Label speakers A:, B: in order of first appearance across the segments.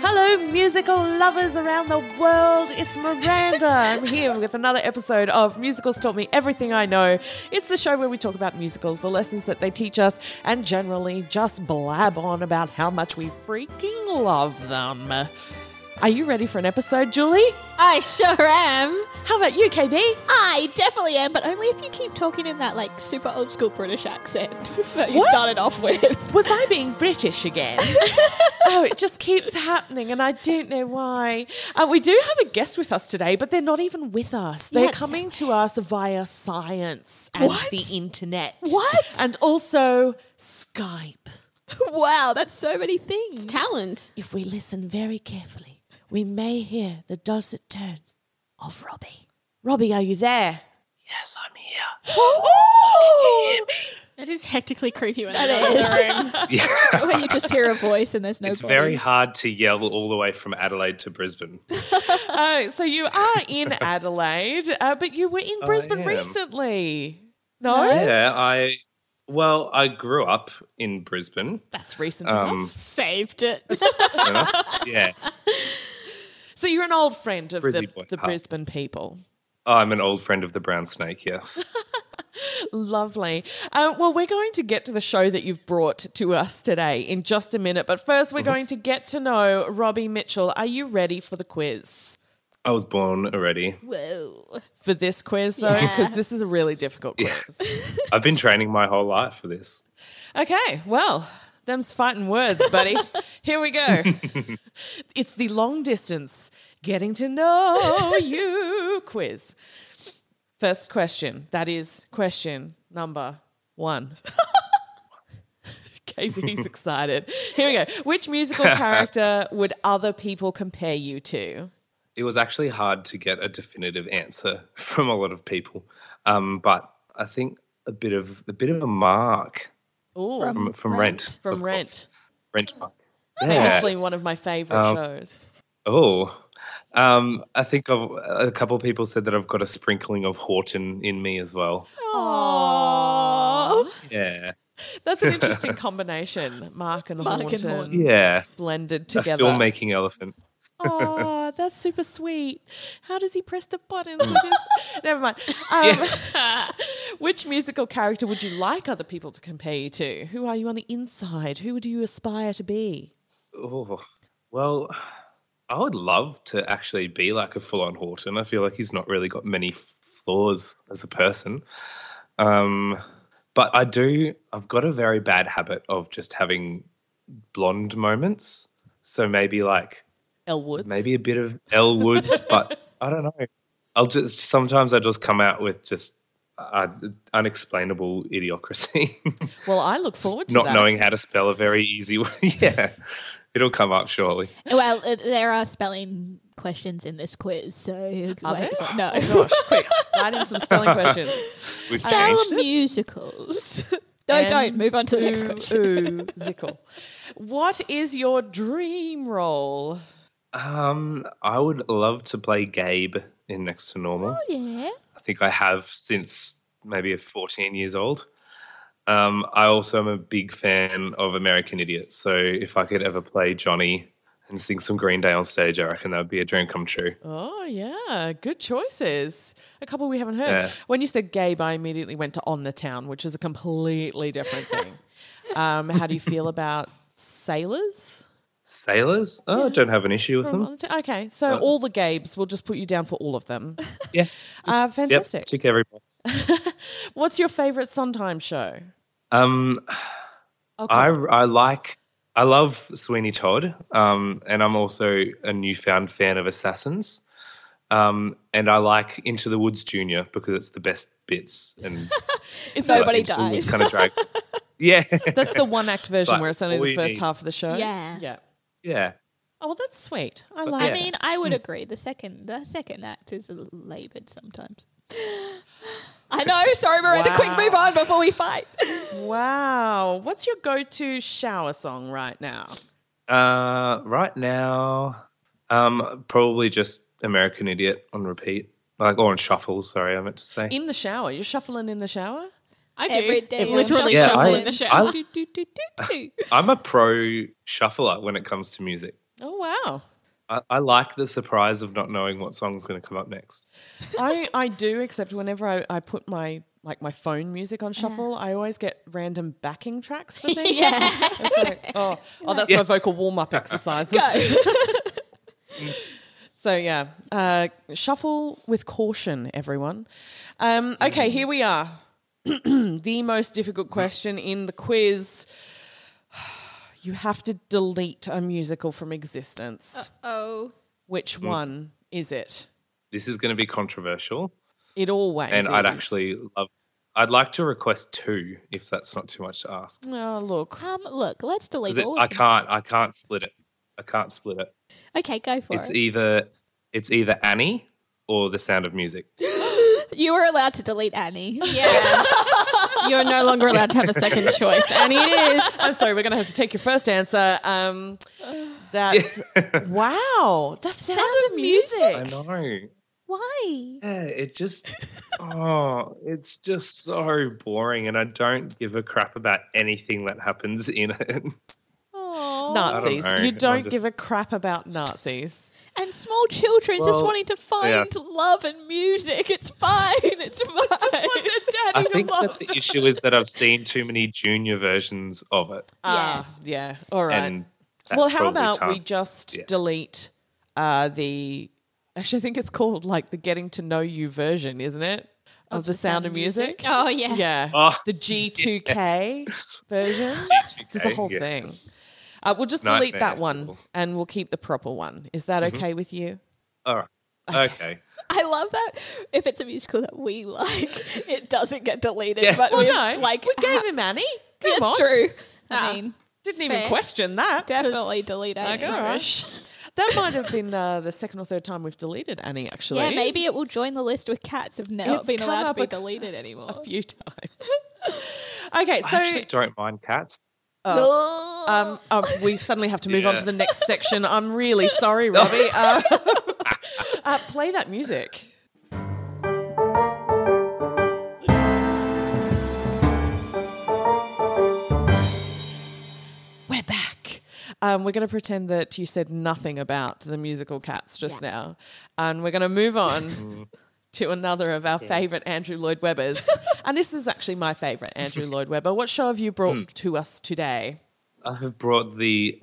A: Hello, musical lovers around the world. It's Miranda. I'm here with another episode of Musicals Taught Me Everything I Know. It's the show where we talk about musicals, the lessons that they teach us, and generally just blab on about how much we freaking love them. Are you ready for an episode, Julie?
B: I sure am.
A: How about you, KB?
B: I definitely am, but only if you keep talking in that like super old school British accent that you
A: What?
B: started off with.
A: Was I being British again? oh, it just keeps happening, and I don't know why. Uh, we do have a guest with us today, but they're not even with us. They're
B: Yes.
A: coming to us via science and
B: What?
A: the internet.
B: What?
A: And also Skype.
B: wow, that's so many things. talent.
A: If we listen very carefully, we may hear the dulcet tones of Robbie. Robbie, are you there? Oh! Yes, I'm here.
C: That is hectically creepy when I'm
B: That is.
C: in the room.
B: Where you just hear a voice and there's no
D: it's
B: body.
D: very hard to yell all the way from Adelaide to Brisbane.
A: Oh, so you are in Adelaide, uh, but you were in
D: I
A: Brisbane
D: am.
A: recently. No?
D: yeah, I well, I grew up in Brisbane.
A: That's recent
D: Um,
A: enough.
C: Saved it.
D: you know? yeah,
A: So you're an old friend of
D: Brizzy
A: the,
D: boy.
A: the
D: Hi.
A: Brisbane people.
D: I'm an old friend of the brown snake. Yes,
A: Lovely. Uh, well, we're going to get to the show that you've brought to us today in just a minute. But first,
D: Mm-hmm.
A: we're going to get to know Robbie Mitchell. Are you ready for the quiz?
D: I was born already.
B: Whoa.
A: For this quiz, though, because this is a really difficult quiz.
D: I've been training my whole life for this.
A: Okay, well, them's fighting words, buddy. Here we go. it's the long distance getting to know you quiz. First question. That is question number one. KB's excited. Here we go. Which musical character would other people compare you to?
D: It was actually hard to get a definitive answer from a lot of people, um, but I think a bit of a bit of a mark
A: Ooh,
D: from, from
B: Rent.
D: Rent.
A: From
D: of course.
A: Rent.
D: Rent mark. Yeah.
A: honestly one of my favorite
D: Um,
A: shows.
D: Oh, um, I think I've, a couple of people said that I've got a sprinkling of Horton in me as well.
A: Oh,
D: Yeah,
A: that's an interesting combination. Mark and
B: Mark and
A: Horton.
B: Horton.
D: yeah,
A: blended
D: a
A: together.
D: filmmaking elephant.
A: Oh, that's super sweet. How does he press the buttons? with his- Never mind. Um, which musical character would you like other people to compare you to? Who are you on the inside? Who do you aspire to be?
D: Oh, well, I would love to actually be like a full-on Horton. I feel like he's not really got many flaws as a person. Um, but I do. I've got a very bad habit of just having blonde moments. So maybe like
A: Elwood.
D: maybe a bit of L Woods, but I don't know. I'll just sometimes I just come out with just uh, unexplainable idiocracy,
A: Well, I look forward to
D: not
A: that.
D: knowing how to spell a very easy word. yeah, it'll come up shortly.
B: Well, uh, there are spelling questions in this quiz, so
A: Are
B: wait,
A: there?
B: no.
A: Gosh, quick, write in some spelling questions.
D: We've
B: Spell
D: changed it.
B: musicals. no, don't. Move on to the next question.
A: Ooh, Zickle. What is your dream role?
D: Um, I would love to play Gabe in Next to Normal.
B: Yeah.
D: I think I have since maybe 14 years old. Um, I also am a big fan of American Idiot. So if I could ever play Johnny and sing some Green Day on stage. I reckon that would be a dream come true.
A: Oh yeah, good choices. A couple we haven't heard.
D: Yeah.
A: When you said Gabe, I immediately went to On the Town, which is a completely different thing. um, how do you feel about sailors?
D: Sailors? Oh, I don't have an issue with
A: from
D: them.
A: On the Town? Okay, so all the Gabes, we'll just put you down for all of them.
D: Yeah.
A: Uh,
D: Yep,
A: fantastic.
D: tick every box.
A: What's your favorite Sondheim show?
D: Um,
A: Oh,
D: I,
A: come on.
D: I like, I love Sweeney Todd, um, and I'm also a newfound fan of Assassins. Um, and I like Into the Woods Junior because it's the best bits and
A: Is that-
B: Nobody
D: Into the Woods
B: dies.
D: Kind of drag. yeah,
A: that's the one act version
D: like
A: where it's only
D: all
A: the
D: you
A: first
D: need.
A: half of the show.
B: Yeah.
A: Yeah.
D: yeah.
A: Oh, well, that's sweet. I like.
B: I
D: Yeah.
B: mean, I
D: Mm.
B: would agree. The second the second act is laboured sometimes. I know. Sorry, Miranda. Quick,
A: Wow.
B: move on before we fight.
A: Wow. What's your go-to shower song right now?
D: Uh, right now, um, probably just American Idiot on repeat, like or on shuffle. Sorry, I meant to say.
A: In the shower. You're shuffling in the shower?
C: I do.
B: Every day
C: It
B: on
C: literally
D: Yeah,
C: shuffle
D: I-
C: in the show.
D: I-
B: Do, do, do, do, do.
D: I'm a pro shuffler when it comes to music.
A: Oh wow.
D: I, I like the surprise of not knowing what song's going to come up next.
A: I, I do, except whenever I, I put my like my phone music on shuffle, I always get random backing tracks for things.
B: Yeah.
A: It's like, oh, oh, that's my vocal warm up exercises.
B: Go.
A: So yeah, uh, shuffle with caution, everyone. Um, okay, here we are. the most difficult question in the quiz. You have to delete a musical from existence.
C: oh,
A: Which one is it?
D: This is going to be controversial,
A: It always.
D: and I'd
A: is.
D: actually love. I'd like to request two, if that's not too much to ask. 'Cause
A: Oh look.
B: Um, look, let's delete
D: it-
B: all.
D: I
B: Of them.
D: can't. I can't split it. I can't split it.
B: Okay, go for
D: It's
C: e-
B: it.
D: either it's either Annie or The Sound of Music.
B: you were allowed to delete Annie.
C: yeah. You're no longer allowed to have a second choice, and it is.
A: I'm sorry, we're going to have to take your first answer. Um, that's wow. That's sound, of music.
D: I know.
B: Why?
D: Yeah, it just oh, it's just so boring, and I don't give a crap about anything that happens in it.
A: Nazis.
D: I don't know.
A: you don't
D: I'm just-
A: give a crap about Nazis.
B: And small children just
D: Well,
B: wanting to find love and music. It's fine. It's fine. just want their
D: I think that the issue is that I've seen too many junior versions of it,
A: Ah,
B: Yes.
A: yeah. All right.
D: and that's
A: well, how
D: probably
A: about
D: tough.
A: we just
D: Yeah.
A: delete uh, the? Actually, I think it's called like the getting to know you version, isn't it? Of, the, sound, of music.
C: Oh yeah.
A: Yeah.
D: Oh,
A: the G2K version. There's a
D: G2K,
A: whole
D: yeah.
A: thing. Uh, we'll just delete
D: Nightmare. Mm-hmm.
A: that one and we'll keep the proper one. Is that okay with you?
D: All right. Okay.
B: I love that if it's a musical that we like, it doesn't get deleted.
D: Yeah.
B: But
D: Well,
B: we've,
A: Oh, No,
B: like,
A: we gave him Annie. Come
B: it's
A: on.
B: true.
C: Ah.
B: I mean,
A: Didn't even
C: Fair.
A: question that.
B: definitely delete Annie.
A: All right. That might have been uh, the second or third time we've deleted Annie, actually.
B: Yeah, maybe it will join the list with cats of never
A: It's
B: been
A: come
B: allowed to
A: up
B: be
A: a-
B: deleted anymore.
A: A few times. okay,
D: I
A: so
D: actually don't mind cats.
B: Oh,
A: um, um, we suddenly have to move on
D: Yeah.
A: to the next section. I'm really sorry, Robbie. Uh, uh, play that music. We're back. Um, we're going to pretend that you said nothing about the musical Cats just now, and we're going to move on to another of our favourite Andrew Lloyd Webbers. and this is actually my favourite Andrew Lloyd Webber. What show have you brought to us today?
D: I have brought the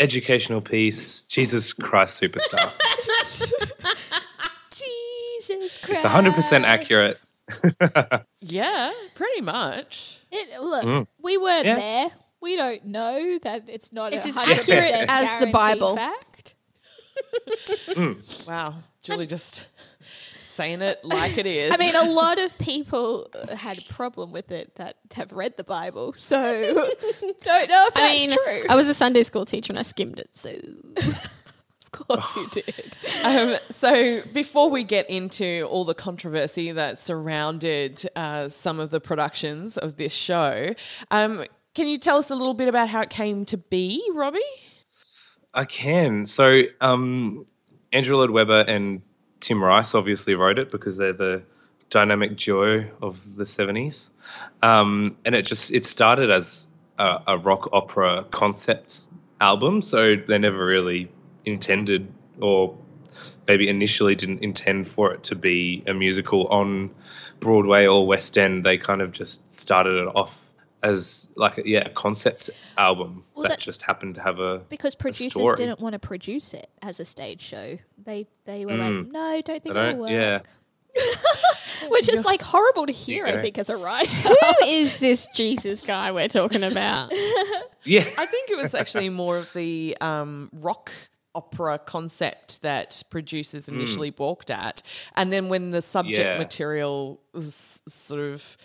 D: educational piece, Jesus Christ Superstar.
B: Jesus Christ.
D: it's 100% accurate.
A: Yeah, pretty much.
B: It, look, we weren't
D: Yeah.
B: there. We don't know that it's not
C: It's as
B: 100%
C: accurate as
B: guaranteed
C: the Bible.
B: Fact.
A: Wow, Julie just saying it like it is.
B: I mean, a lot of people uh, had a problem with it that have read the Bible, so don't know if that's
C: I mean,
B: true.
C: I was a Sunday school teacher and I skimmed it. So
B: of course you did.
A: um, so before we get into all the controversy that surrounded uh, some of the productions of this show, um, can you tell us a little bit about how it came to be, Robbie?
D: I can. So um, Andrew Lloyd Webber and Tim Rice obviously wrote it because they're the dynamic duo of the seventies, um, and it just it started as a, a rock opera concept album. So they never really intended or maybe initially didn't intend for it to be a musical on Broadway or West End. They kind of just started it off as like a, yeah, a concept album
B: Well,
D: that
B: that's-
D: just happened to have a
B: because producers
D: story.
B: didn't want to produce it as a stage show. They they were like, no, don't think
D: I
B: it'll
D: Hmm. don't-
B: work.
D: yeah.
B: Which is like horrible to hear, I
D: Yeah.
B: think, as a writer.
C: Who is this Jesus guy we're talking about?
D: yeah.
A: I think it was actually more of the um, rock opera concept that producers initially balked at. And then when the subject
D: Hmm. Yeah.
A: material was sort of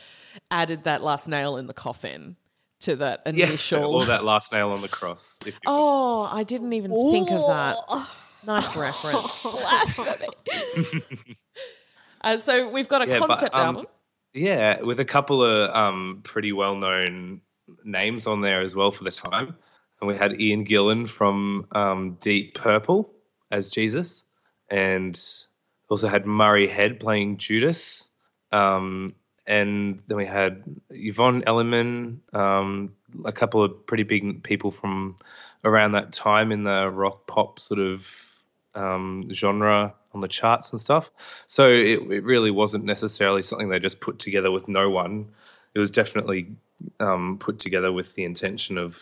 A: added that last nail in the coffin to that
D: Yeah,
A: initial.
D: or that last nail on the cross. if you will.
A: Oh, I didn't even think of that. Nice reference.
B: Blasphemy.
A: Uh, so we've got a
D: Yeah, but,
A: concept
D: um,
A: album.
D: Yeah, with a couple of um, pretty well known names on there as well for the time. And we had Ian Gillan from um, Deep Purple as Jesus, and also had Murray Head playing Judas. Um, and then we had Yvonne Elliman, um, a couple of pretty big people from around that time in the rock pop sort of um, genre on the charts and stuff. So it, it really wasn't necessarily something they just put together with no one. It was definitely um, put together with the intention of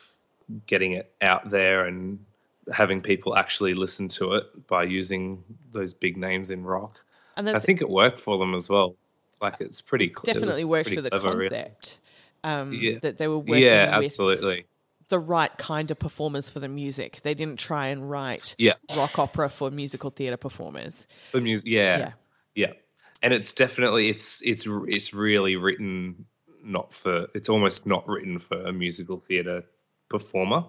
D: getting it out there and having people actually listen to it by using those big names in rock.
A: And
D: I
A: that's
D: think it worked for them as well. Like it's pretty cl- it was
A: definitely worked
D: pretty
A: for the
D: clever, really.
A: concept. Um,
D: Yeah.
A: That they were working
D: yeah,
A: with
D: absolutely.
A: the right kind of performers for the music. They didn't try and write
D: Yeah.
A: rock opera for musical theatre performers.
D: The music, yeah,
A: Yeah.
D: yeah, and it's definitely it's it's r- it's really written not for it's almost not written for a musical theatre performer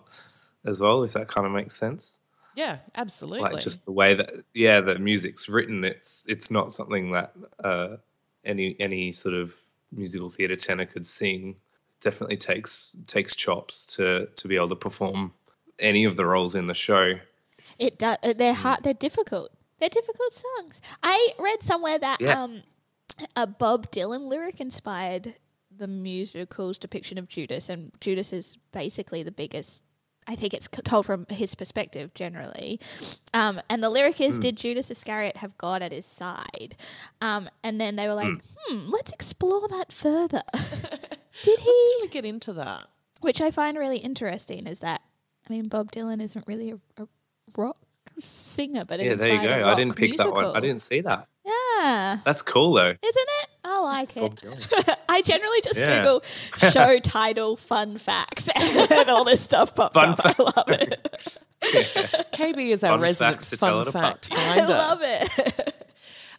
D: as well. If that kind of makes sense,
A: Yeah, absolutely.
D: like just the way that yeah, the music's written. It's it's not something that uh, any any sort of musical theatre tenor could sing. Definitely takes takes chops to to be able to perform any of the roles in the show.
B: It does. They're hard. They're difficult. They're difficult songs. I read somewhere that
D: Yeah.
B: um, a Bob Dylan lyric inspired the musical's depiction of Judas, and Judas is basically the biggest. I think it's c- told from his perspective generally, um, and the lyric is, "Did Judas Iscariot have God at his side?" Um, and then they were like, "Hmm, let's explore that further." Did
A: Let's
B: he?
A: really get into that.
B: which I find really interesting is that I mean Bob Dylan isn't really a, a rock singer, but it
D: Yeah, there you
B: inspired a
D: go. I
B: rock
D: didn't pick that one. I
B: musical.
D: didn't see that.
B: Yeah,
D: That's cool though.
B: isn't it? I like
D: Bob
B: it.
D: Dylan.
B: I generally just
D: Yeah.
B: Google show title fun facts and all this stuff pops
D: Fun
B: up. I love it.
A: KB is our
D: Fun
A: resident
D: facts to tell
A: fun
D: it apart.
A: fact
B: I
D: uh,
A: finder.
B: love it.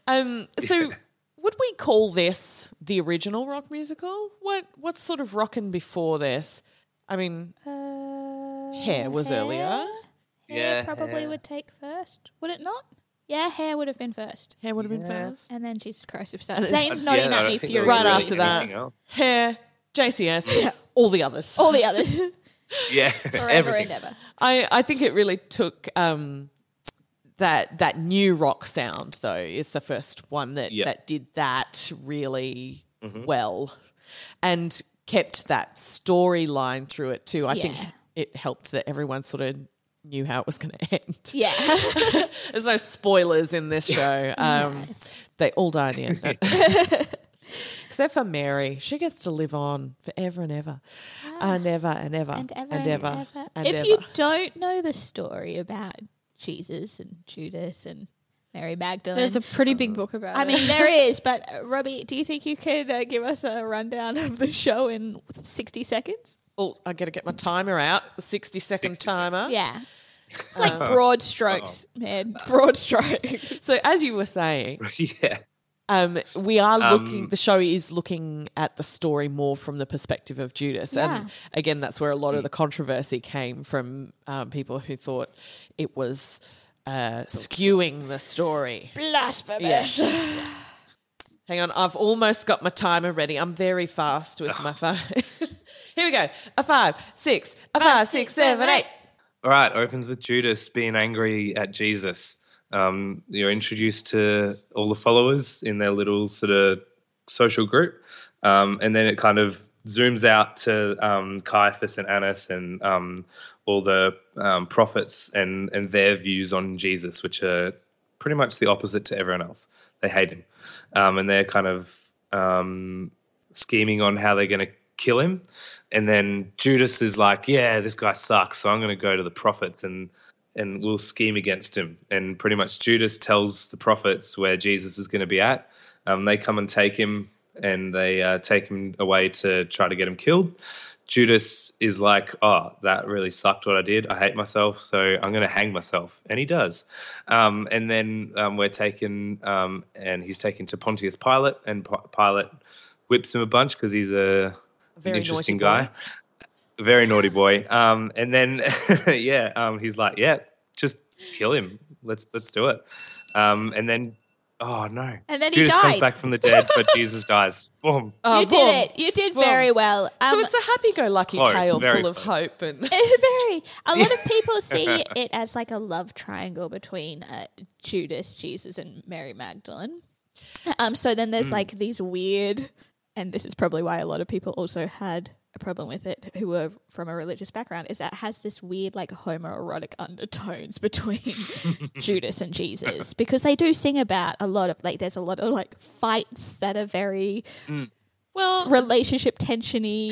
A: Um, so would we call this the original rock musical? What what's sort of rocking before this? I mean,
B: Uh,
A: Hair was earlier.
B: Hair
D: Yeah,
B: probably
D: Hair.
B: would take first, would it not? Yeah, hair would have been first,
A: hair would have been first.
B: and then Jesus Christ, if so, Zane's
D: I'd-
B: nodding
D: yeah, I
B: at
D: don't
B: me
D: think there
B: furiously.
D: was
A: Right
D: really
A: after that.
D: anything else.
A: Hair, JCS, all the others.
B: all the others
D: Yeah.
B: forever
D: everything.
B: and ever.
A: I, I think it really took um, that that new rock sound though is the first one that
D: Yeah.
A: that did that really well and kept that storyline through it too. I think
B: Yeah.
A: it helped that everyone sort of knew how it was going to end.
B: Yeah.
A: There's no spoilers in this show. Um, They all died in the end. Except for Mary, she gets to live on forever and ever, and ever and ever
B: Ah. and ever
A: and ever and
B: if
A: ever.
B: you don't know the story about Jesus and Judas and Mary Magdalene,
C: There's a pretty big book about
B: I
C: it.
B: mean, there is. But uh, Robbie, do you think you could uh, give us a rundown of the show in sixty seconds?
A: Oh, I gotta get my timer out. The sixty second
D: 60
A: timer.
B: Yeah, it's like broad strokes, man. Broad strokes.
A: So as you were saying,
D: yeah.
A: um, we are looking.
D: Um,
A: The show is looking at the story more from the perspective of Judas,
B: Yeah.
A: and again, that's where a lot of the controversy came from um, people who thought it was uh, skewing the story.
B: Blasphemous.
A: Hang on, I've almost got my timer ready. I'm very fast with my phone. Here we go. A five, six, a five, six, seven, eight.
D: All right. Opens with Judas being angry at Jesus. Um, you're introduced to all the followers in their little sort of social group, um, and then it kind of zooms out to um, Caiaphas and Annas and um, all the um, prophets and and their views on Jesus, which are pretty much the opposite to everyone else. They hate him, um, and they're kind of um, scheming on how they're going to kill him. And then Judas is like, "Yeah, this guy sucks, so I'm going to go to the prophets and." And we'll scheme against him. And pretty much Judas tells the prophets where Jesus is going to be at. Um, they come and take him and they uh, take him away to try to get him killed. Judas is like, oh, that really sucked what I did. I hate myself, so I'm going to hang myself. And he does. Um, and then um, we're taken, um, and he's taken to Pontius Pilate, and P- Pilate whips him a bunch because he's a, an
A: Very
D: interesting
A: naughty boy.
D: guy. Very naughty boy. Um, and then, yeah, um, he's like, yeah, just kill him. Let's let's do it. Um, and then, oh no,
B: And then he
D: Judas comes
B: died.
D: back from the dead, but Jesus dies. Boom.
A: Oh,
B: you
A: boom.
B: did it. You did
A: Boom.
B: very well.
A: so
B: Um,
A: it's a happy-go-lucky
D: Close,
A: tale
D: very
A: full of
D: close.
A: hope and
B: It's very. A lot of people see it as like a love triangle between uh, Judas, Jesus, and Mary Magdalene. Um, so then there's like these weird, and this is probably why a lot of people also had a problem with it who were from a religious background is that it has this weird like homoerotic undertones between Judas and Jesus because they do sing about a lot of like there's a lot of like fights that are very
A: well
B: relationship tensiony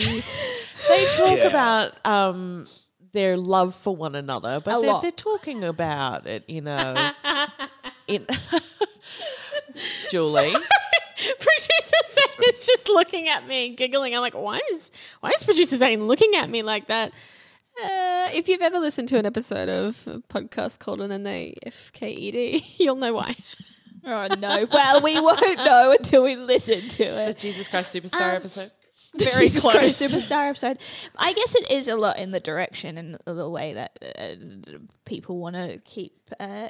A: they talk about um their love for one another, but
B: A
A: they're,
B: lot.
A: they're talking about it in a in Julie.
C: Producer Zane is just looking at me and giggling. I'm like, why is why is producer Zane looking at me like that? Uh, if you've ever listened to an episode of a podcast called and then they FKED, E you'll know why.
B: Oh no! Well, we won't know until we listen to it.
A: Jesus Christ superstar episode.
B: Very Christ superstar episode. I guess it is a lot in the direction and the way that uh, people want to keep uh,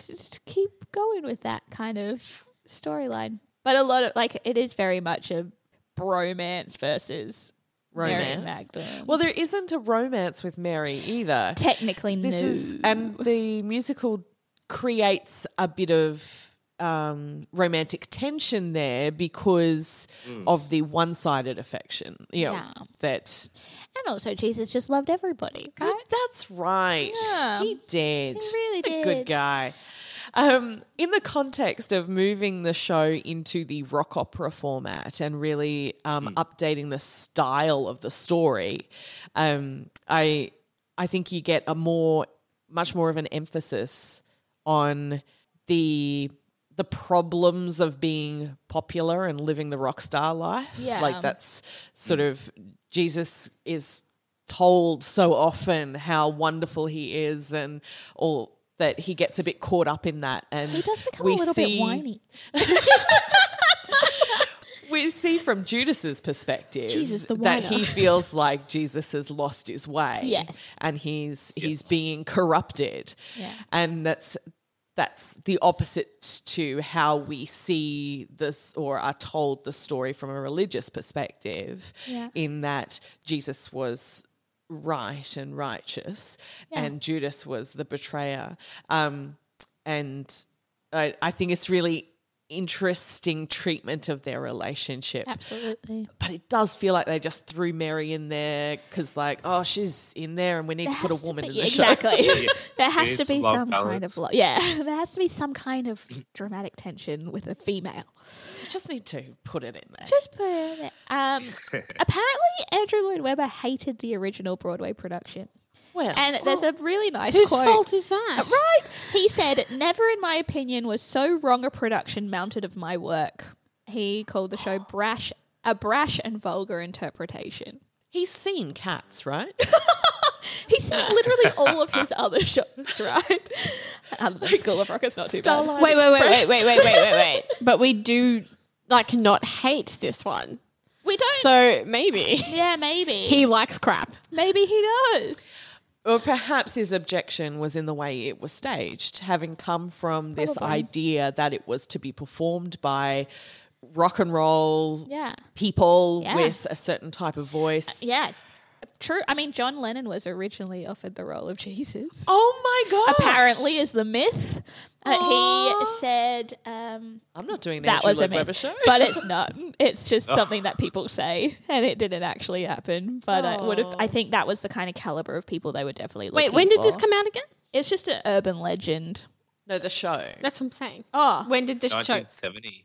B: just keep going with that kind of storyline. But a lot of like it is very much a bromance versus Mary
A: Romance.
B: Magdalene.
A: Well, there isn't a romance with Mary either.
B: technically,
A: This
B: no.
A: is and the musical creates a bit of um, romantic tension there because
D: Mm.
A: of the one-sided affection. You know,
B: Yeah.
A: that
B: and also Jesus just loved everybody, right?
A: That's right.
B: Yeah.
A: He did.
B: He really
A: What a
B: did.
A: good guy. Um, in the context of moving the show into the rock opera format and really um, updating the style of the story, um, I I think you get a more much more of an emphasis on the the problems of being popular and living the rock star life.
B: Yeah.
A: Like that's sort of Jesus is told so often how wonderful he is and all that he gets a bit caught up in that and
B: He does become
A: we
B: a little
A: see-
B: bit whiny.
A: we see from Judas's perspective
B: Jesus, the
A: that
B: whiner.
A: he feels like Jesus has lost his way.
B: Yes.
A: And he's he's being corrupted.
B: Yeah.
A: And that's that's the opposite to how we see this or are told the story from a religious perspective
B: Yeah.
A: in that Jesus was right and righteous and Judas was the betrayer. Um, and I, I think it's really interesting treatment of their relationship
B: Absolutely.
A: but it does feel like they just threw Mary in there because, like, oh, she's in there, and we need to put
B: has
A: a woman
B: be-
A: in the show.
B: exactly. there has
D: needs
B: to be
D: love
B: some kind
D: balance.
B: of love. Yeah, there has to be some kind of dramatic tension with a female.
A: just need to put it in there.
B: Just put it. in there. Um, apparently, Andrew Lloyd Webber hated the original Broadway production,
A: Well,
B: and there's a really nice
C: Whose
B: quote. Uh,
C: fault is that?
B: Right, he said, "Never, in my opinion, was so wrong a production mounted of my work." He called the show brash, a brash and vulgar interpretation.
A: he's seen cats, right?
B: He's seen literally all of his other shows, right? Other than School of Rock, it's not too bad.
C: Wait, wait, wait, wait, wait, wait, wait, wait, wait. But we do like not hate this one.
B: We don't.
C: So maybe
B: yeah, maybe
C: he likes crap.
B: maybe he does.
A: or perhaps his objection was in the way it was staged, having come from this idea that it was to be performed by rock and roll
B: Yeah.
A: people
B: Yeah. Uh,
A: with a certain type of voice.
B: Yeah, True. I mean, John Lennon was originally offered the role of Jesus.
A: Oh my god!
B: Apparently, is the myth. Uh, he said um,
A: I'm not doing the
B: that was a
A: Andrew Lloyd Webber
B: myth,
A: show.
B: but it's not. It's just
C: Oh.
B: something that people say, and it didn't actually happen. But I would have. I think that was the kind of caliber of people they were definitely.
C: Wait,
B: looking
C: when did this
B: for.
C: come out again?
B: It's just an urban legend.
A: no, the show.
C: That's what I'm saying.
B: Oh,
C: When did this show?
D: 1970.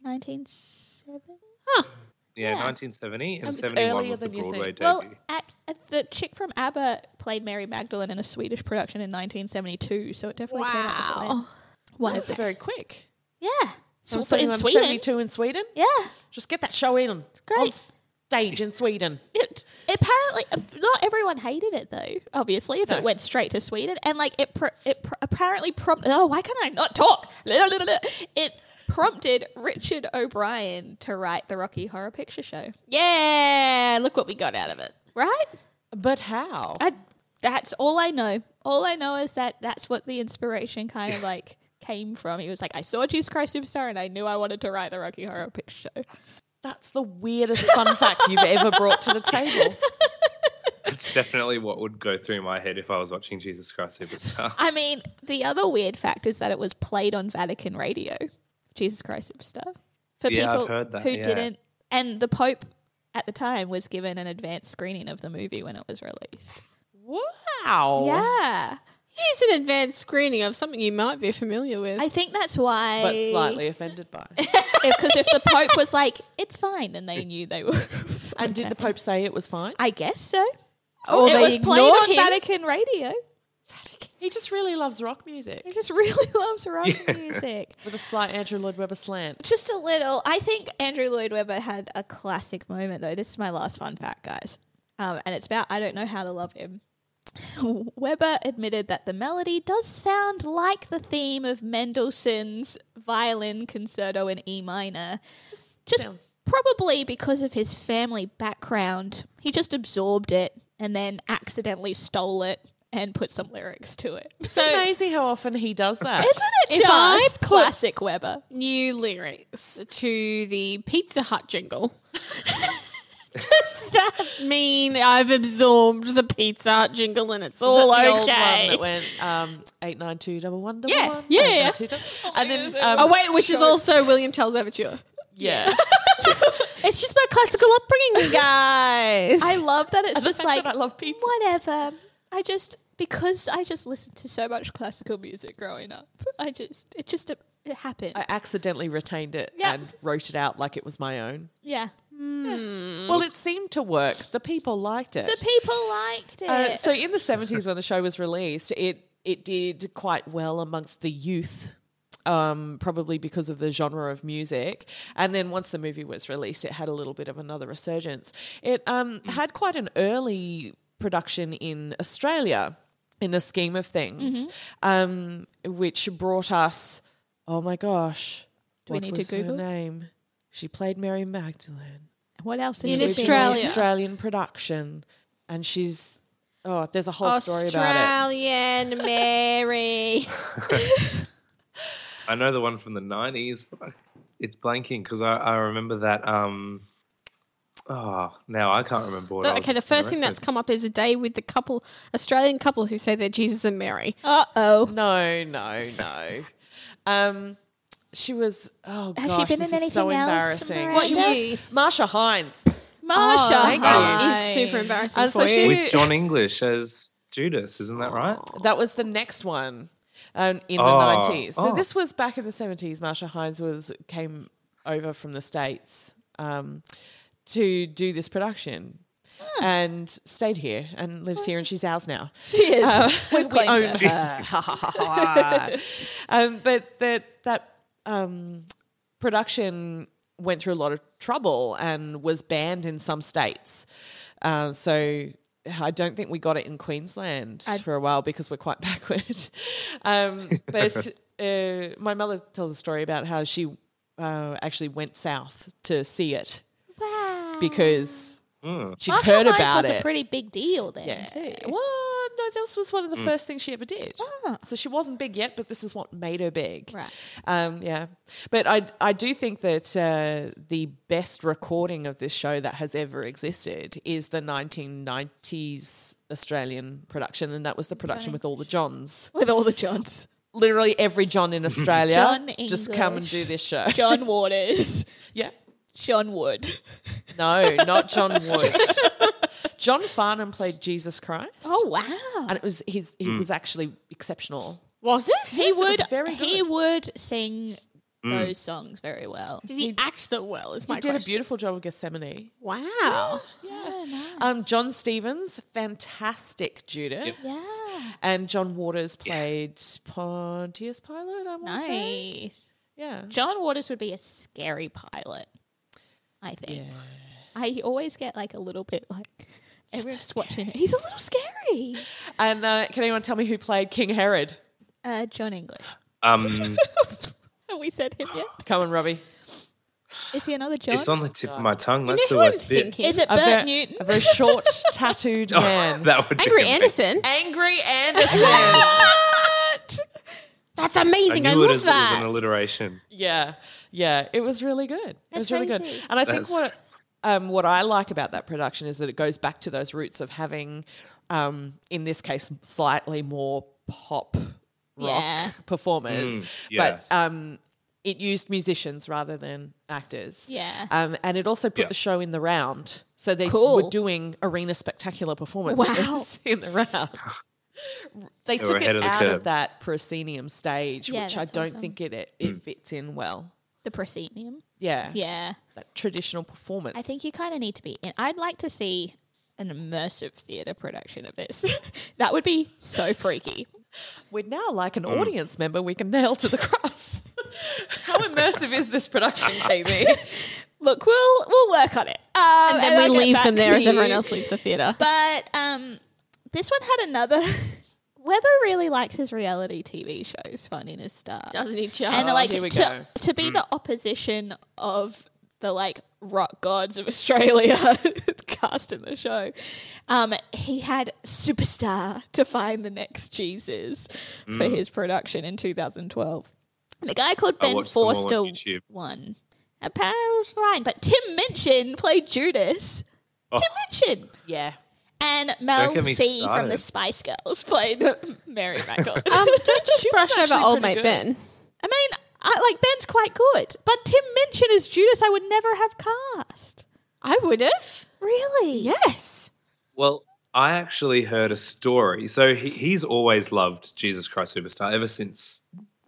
B: 1970.
D: Yeah, 1970
C: Um,
D: and
A: It's
D: 71
A: earlier
D: was the
A: than you
D: Broadway
A: think.
D: debut.
B: Well, at, at the chick from ABBA played Mary Magdalene in a Swedish production in 1972, so it definitely came out before then.
C: Wow.
B: One of
A: That's
B: them.
A: very quick.
B: Yeah.
A: So I'm
B: So, but in
A: saying I'm
B: Sweden.
A: 72 in Sweden.
B: Yeah.
A: Just get that show in
B: Great.
A: on stage in Sweden.
B: It, apparently, uh, not everyone hated it though. Obviously, if it went straight to Sweden, and like it, pro- it pro- apparently prompted. Oh, why can't I not talk? It prompted Richard O'Brien to write the Rocky Horror Picture Show.
C: Yeah, look what we got out of it.
B: Right.
A: But how?
B: I, that's all I know. All I know is that that's what the inspiration kind of like came from. He was like, I saw Jesus Christ Superstar and I knew I wanted to write the Rocky Horror Picture Show.
A: That's the weirdest fun fact you've ever brought to the table.
D: That's definitely what would go through my head if I was watching Jesus Christ Superstar.
B: I mean, the other weird fact is that it was played on Vatican radio, Jesus Christ Superstar. For
D: Yeah, I've
B: people
D: heard that,
B: who
D: yeah.
B: didn't, and the Pope at the time was given an advanced screening of the movie when it was released.
A: Wow.
D: Oh.
B: Yeah.
C: Here's an advanced screening of something you might be familiar with.
B: I think that's why.
A: But slightly offended by.
B: Because if the Pope was like, it's fine, then they knew they were.
A: And did the Pope say it was fine?
B: I guess so.
C: Or
B: it
C: they
B: was played
C: ignored
B: on
C: him.
B: Vatican radio.
A: He just really loves rock music
B: He just really loves rock music.
A: with a slight Andrew Lloyd Webber slant.
B: Just a little. I think Andrew Lloyd Webber had a classic moment, though. This is my last fun fact, guys. Um, and it's about I don't know how to love him. Webber admitted that the melody does sound like the theme of Mendelssohn's violin concerto in E minor. Just,
A: sounds-
B: probably because of his family background. He just absorbed it and then accidentally stole it and put some lyrics to it.
A: It's amazing how often he does that.
B: Isn't it
C: If I
B: just
C: put-
B: classic Weber?
C: New lyrics to the Pizza Hut jingle.
B: Just that.
C: mean I've absorbed the Pizza Hut jingle and it's all
A: Is that the old
C: okay.
A: one that went um, eight nine two double one double
C: Yeah,
A: one,
C: yeah,
A: eight, nine,
C: yeah.
A: two, double- and then um,
C: Oh wait, which is also William Tell's Overture.
A: yes,
C: It's just my classical upbringing, guys.
B: I love that it's
A: the
B: just
A: fact
B: like
A: that I love pizza.
B: Whatever. I just because I just listened to so much classical music growing up. I just it just it happened.
A: I accidentally retained it
B: Yeah.
A: and wrote it out like it was my own.
B: yeah.
A: Well, it seemed to work. The people liked it.
B: The people liked it.
A: Uh, so in the seventies, when the show was released, it it did quite well amongst the youth, um, probably because of the genre of music. And then once the movie was released, it had a little bit of another resurgence. It um,
B: Hmm.
A: had quite an early production in Australia, in the scheme of things,
B: Mm-hmm.
A: um, which brought us. Oh my gosh! Do
B: we need to
A: her
B: Google?
A: name? She played Mary Magdalene
B: what else is
C: In
B: there?
C: Australia.
A: an Australian production, and she's oh, there's a whole story about it.
C: Australian Mary.
D: I know the one from the 90s, but I, it's blanking because I, I remember that. Um, oh, now I can't remember what I was
C: okay, the
D: just gonna
C: first thing that's
D: reference.
C: come up is a day with the couple Australian couple who say they're Jesus and Mary.
B: Uh oh.
A: No, no, no. Um, she was oh
B: Has
A: gosh,
B: she been
A: this
B: in
A: is so
B: anything else, Oh,
A: embarrassing.
B: Miranda?
C: What year?
A: Marsha Hines.
B: Marsha.
C: that is
B: Hi.
C: super embarrassing
A: And so
C: for you.
A: she-
D: With John English as Judas, isn't that right?
C: Oh.
A: That was the next one um, in the
D: Oh,
A: nineties. So
D: oh.
A: this was back in the seventies. Marsha Hines was came over from the states um, to do this production. And stayed here and lives here, and she's ours now. Uh,
B: Hmm. She is. We've
A: we
B: claimed
A: owned
B: her.
A: her. um, but that that um, production went through a lot of trouble and was banned in some states. Uh, so I don't think we got it in Queensland for a while because we're quite backward. um, but uh, my mother tells a story about how she uh, actually went south to see it because she'd
B: Marsha
A: heard
B: Hines
A: about
B: was
A: it.
B: a pretty big deal then too.
A: Eh, Well, no, no, this was one of the
B: Mm.
A: first things she ever did. So she wasn't big yet, but this is what made her big.
B: Ah. Right.
A: Um, yeah. But I, I do think that uh, the best recording of this show that has ever existed is the 1990s Australian production, and that was the production with all the Johns.
B: with all the Johns.
A: Literally every John in Australia
B: John
A: just come and
B: English.
A: do this show.
B: John Waters.
A: Yeah.
B: John Wood.
A: No, not John Wood. John Farnham played Jesus Christ.
B: Oh wow.
A: and it was his. He was actually exceptional.
C: Was it?
B: He
A: Yes, it was
B: would
A: very
B: he
A: good.
B: would sing
A: Mm.
B: those songs very well.
C: Did he act that well? Is my
A: He did a
C: question.
A: beautiful job of Gethsemane.
C: Wow.
A: Um, John Stevens, fantastic Judas.
B: Yeah.
A: And John Waters played Pontius Pilate. I want to say,
B: Nice.
A: yeah.
B: John Waters would be a scary pilot. I think. I always get like a little bit like everyone's watching it. He's a little scary.
A: And uh, can anyone tell me who played King Herod?
B: Uh, John English.
D: Um,
B: Have we said him yet?
A: Come on, Robbie.
B: Is he another John?
D: it's on the tip of my tongue. That's the
C: Who I was
D: worst bit.
C: thinking?
B: Is it
A: A
B: Bert
A: ver-
B: Newton?
A: a very short, tattooed
D: Oh,
A: man.
D: that would be
C: Angry
D: amazing.
C: Anderson?
A: Angry Anderson.
C: That's
D: I
C: amazing. I,
D: knew it
C: love
D: as, it was
C: that.
D: an alliteration.
A: Yeah, yeah, it was really good. it was really
B: crazy.
A: good, and I think
D: That's-
A: what um, what I like about that production is that it goes back to those roots of having, um, in this case, slightly more pop rock
B: Yeah.
A: performers,
D: Mm, yeah.
A: but um, it used musicians rather than actors.
B: Yeah.
A: um, and it also put
D: Yeah.
A: the show in the round, so they were
B: Cool.
A: doing arena spectacular performances
B: Wow.
A: in the round. They,
D: were
A: took
D: ahead
A: it
D: of the
A: out
D: curve.
A: of that proscenium stage,
B: Yeah,
A: which I
B: that's
A: don't
B: awesome.
A: think it it,
D: Hmm.
A: it fits in well.
B: the proscenium.
A: Yeah.
B: Yeah.
A: That traditional performance.
B: I think you kind of need to be in. I'd like to see an immersive theatre production of this. that would be so freaky.
A: we're now like an
D: Hmm.
A: audience member we can nail to the cross. How immersive is this production, Amy?
B: Look, we'll we'll work on it. Um,
C: and then
B: I'll
C: we
B: get
C: leave
B: back
C: them there
B: to
C: as everyone
B: you.
C: else leaves the theatre.
B: But um, this one had another. Weber really likes his reality TV shows, funniness stuff.
C: Doesn't he just?
B: and like
A: here we
B: to, to be the
D: Hmm.
B: opposition of the like rock gods of Australia cast in the show. Um, he had superstar to find the next Jesus for his production in 2012. And a guy called
D: Hmm. I
B: Ben
D: watched them all on
B: Forster
D: YouTube.
B: won. Apparently, it was fine, but Tim Minchin played Judas.
D: Oh.
B: Tim Minchin
A: yeah.
B: and Mel
D: Don't get me
B: C from the
D: started.
B: Spice Girls played Mary Magdalene.
C: um, don't just brush over
A: actually
C: old
A: pretty good.
C: mate Ben.
B: I mean, I, like Ben's quite good, but Tim Minchin as Judas, I would never have cast.
C: I would have.
B: Really?
C: Yes.
D: Well, I actually heard a story. So he, he's always loved Jesus Christ Superstar ever since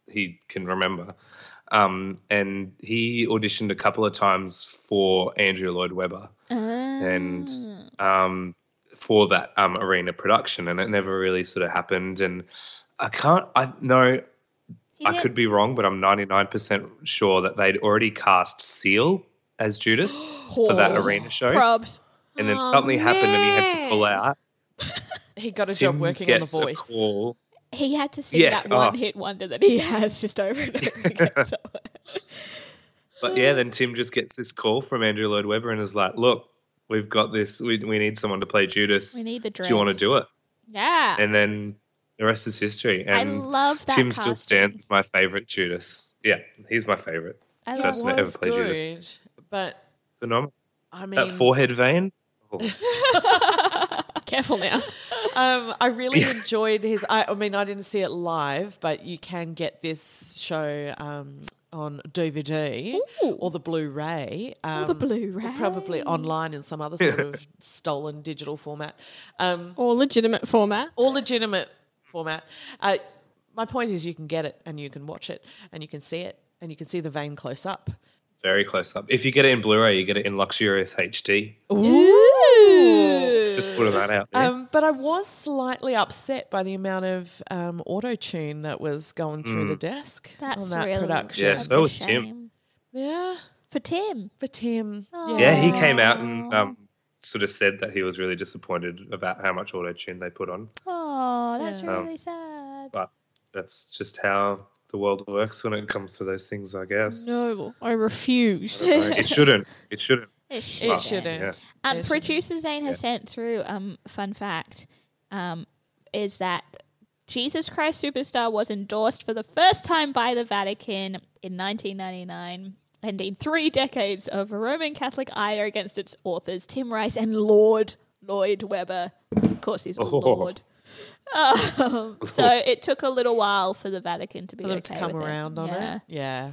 D: he can remember. Um, and he auditioned a couple of times for Andrew Lloyd Webber and um, for that um, arena production, and it never really sort of happened. And I can't, I know, I could be wrong, but I'm 99% sure that they'd already cast Seal as Judas for that arena show
B: Probs.
D: and then something happened and he had to pull out.
A: He got a job
D: Tim
A: working on
D: gets
A: the voice.
D: A call.
B: He had to sing
D: Yeah,
B: that
D: oh.
B: one hit wonder that he has just over and over again. somewhere.
D: But yeah, then Tim just gets this call from Andrew Lloyd Webber and is like, "Look, we've got this. We, we need someone to play Judas.
B: We need the
D: do you want to
B: dreads."
D: do it?"
B: Yeah.
D: And then the rest is history.
B: I
D: And
B: love that.
D: Tim
B: casting.
D: still stands as my favorite Judas. Yeah, he's my favorite
B: I love
D: person that ever
A: was
D: played Judas.
A: good, but
D: Phenomenal.
A: I mean,
D: That forehead vein. Oh,
C: Careful now.
A: um, I really enjoyed his. I, I mean, I didn't see it live, but you can get this show um, on DVD or the Blu-ray. Um,
B: the Blu-ray.
A: Probably online in some other sort of stolen digital format. Um,
B: Oh.
C: Or legitimate format.
A: all legitimate format. Uh, my point is, you can get it and you can watch it and you can see it and you can see the vein close up.
D: very close up. If you get it in Blu-ray, you get it in luxurious HD.
A: Ooh.
D: Just putting that out there.
A: Um, but I was slightly upset by the amount of um, auto tune that was going through the desk on
B: That's
A: that
B: really
A: production.
D: Yeah,
B: that's
D: so
B: a
D: was Tim.
B: shame.
A: Yeah,
B: For Tim. Oh,
A: for Tim.
D: Yeah, he came out and um, sort of said that he was really disappointed about how much auto tune they put on,
B: Oh, that's
D: Um,
B: really sad.
D: but that's just how the world works when it comes to those things, I guess.
C: No, I refuse.
D: So it shouldn't. It shouldn't.
B: It
A: It
B: should.
D: Well,
A: shouldn't.
D: yeah.
B: Um, producer Zane has sent through um fun fact. Um, is that Jesus Christ Superstar was endorsed for the first time by the Vatican in 1999, ending three decades of Roman Catholic ire against its authors, Tim Rice and Lord Lloyd Webber. Of course,
D: Oh.
B: he's Lord. Um, so it took a little while for the Vatican to be
A: for them
B: okay
A: to come
B: with
A: around
B: it.
A: on
B: yeah.
A: it. Yeah.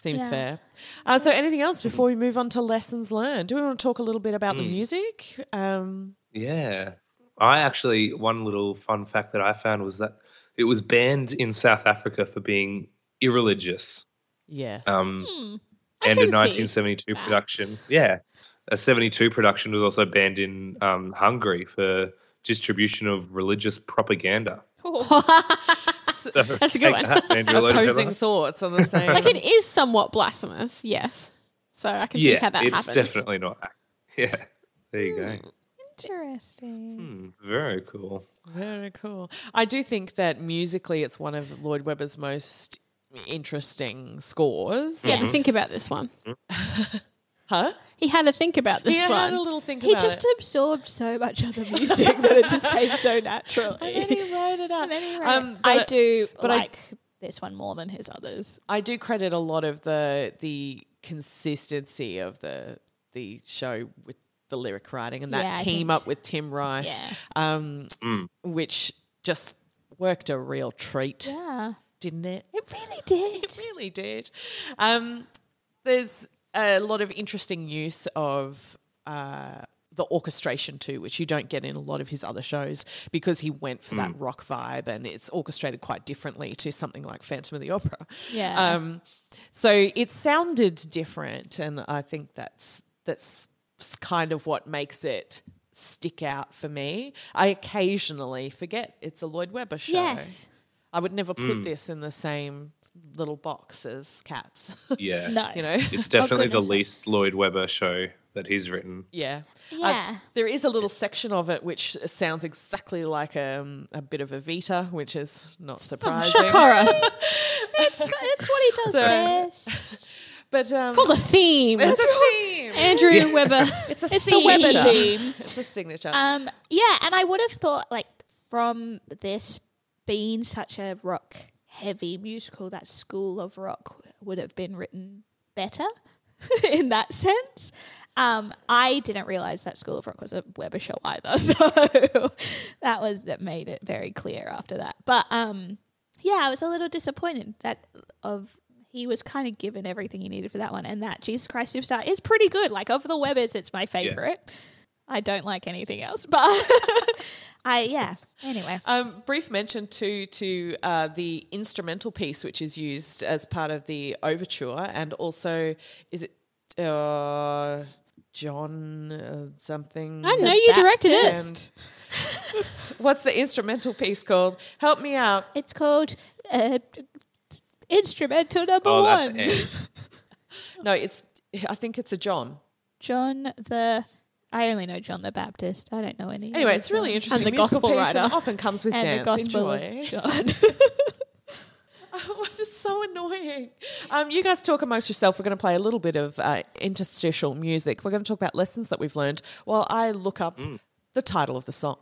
A: Seems
B: Yeah.
A: fair. Uh, so, anything else before we move on to lessons learned? Do we want to talk a little bit about the music? Um,
D: Yeah. I actually, one little fun fact that I found was that it was banned in South Africa for being irreligious.
A: yes.
D: Um,
B: I
D: and a
B: can see
D: 1972
B: that.
D: production, yeah, a 72 production was also banned in um, Hungary for distribution of religious propaganda.
C: That's a good one.
D: That, Andrew Lloyd
A: Opposing
D: Webber.
A: thoughts on the same.
C: like it is somewhat blasphemous, yes. So I can see
D: yeah,
C: how that
D: it's
C: happens.
D: definitely not. Yeah, there you go.
B: Interesting.
D: Hmm, very cool.
A: Very cool. I do think that musically it's one of Lloyd Webber's most interesting scores.
C: Yeah,
D: Mm-hmm.
C: think about this one.
A: Huh?
C: He had to think about this
A: He had
C: one.
A: a little think
B: He
A: about
B: just
A: it.
B: absorbed so much other music that it just came so naturally.
A: And then he wrote it up. Um, but
B: I do
A: but I-
B: like this one more than his others.
A: I do credit a lot of the the consistency of the the show with the lyric writing and that
B: Yeah, I
A: team
B: think-
A: up with Tim Rice,
B: Yeah.
A: um, which just worked a real treat,
B: Yeah.
A: didn't it?
B: It really did.
A: It really did. Um, there's a lot of interesting use of uh, the orchestration too, which you don't get in a lot of his other shows because he went for that rock vibe and it's orchestrated quite differently to something like Phantom of the Opera.
B: Yeah.
A: Um, so it sounded different, and I think that's that's s- kind of what makes it stick out for me. I occasionally forget it's a Lloyd Webber show.
B: Yes.
A: I would never put this in the same little box as cats.
D: Yeah,
B: No.
A: you know?
D: it's definitely the
B: goodness.
D: least Lloyd Webber show that he's written.
A: Yeah. Uh,
B: Yeah.
A: there is a little section of it which sounds exactly like um, a bit of a Vita, which is not surprising.
C: Horror.
B: That's, that's what he does
A: So-
B: best.
A: But um,
C: Called a theme.
A: it's a theme.
C: Andrew Webber.
A: It's a
B: It's the Weber
A: signature.
B: theme.
A: It's a signature.
B: Um, yeah, and I would have thought like from this being such a rock heavy musical, that School of Rock would have been written better in that sense. Um, I didn't realize that School of Rock was a Weber show either, so that was that made it very clear after that. But um, yeah, I was a little disappointed that of he was kind of given everything he needed for that one, and that Jesus Christ Superstar is pretty good. Like of the Webbers, it's my favorite. I don't like anything else, but I yeah. Anyway,
A: Um, brief mention too to uh, the instrumental piece, which is used as part of the overture, and also is it uh, John uh, something?
C: I know you directed it.
A: And- What's the instrumental piece called? Help me out.
B: it's called uh, instrumental number
D: Oh,
B: one.
D: that's Andy.
A: No, it's I think it's a John.
B: John the. I only know John the Baptist. I don't know any.
A: Anyway,
B: other
A: it's really
B: John.
A: interesting.
C: the
A: musical
C: gospel
A: piece
C: writer.
A: and often comes with
B: And
A: dance.
B: the gospel
A: Enjoy.
B: of John.
A: Oh, that's so annoying. Um, you guys talk amongst yourself. We're going to play a little bit of uh, interstitial music. We're going to talk about lessons that we've learned while I look up
D: Mm.
A: the title of the song.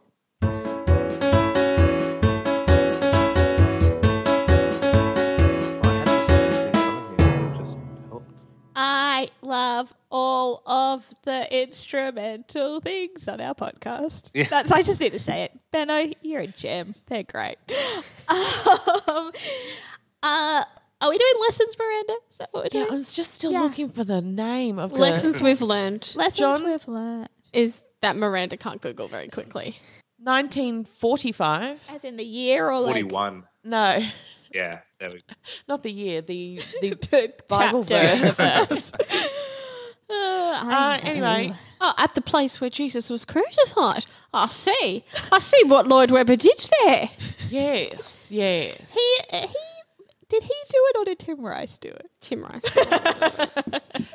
D: I had this in front of me, it just helped.
B: I love all of the instrumental things on our podcast. That's I just need to say it. Benno, you're a gem. They're great. um, uh, are we doing lessons, Miranda? Is that what we're
A: Yeah,
B: doing?
A: I was just still
B: Yeah.
A: looking for the name of the
C: Lessons we've learned
B: lessons
A: John?
B: we've learned.
C: is that Miranda can't Google very quickly.
A: 1945.
B: As in the year or like
D: 41.
A: No,
D: Yeah, there we go.
A: not the year. The the
B: the
A: Bible
B: chapter.
A: verse.
B: Uh,
A: Uh,
B: I know.
A: anyway,
C: Oh, at the place where Jesus was crucified. I see. I see what Lloyd Webber did there.
A: yes, yes.
B: he, uh, he did he do it or did Tim Rice do it?
C: Tim Rice.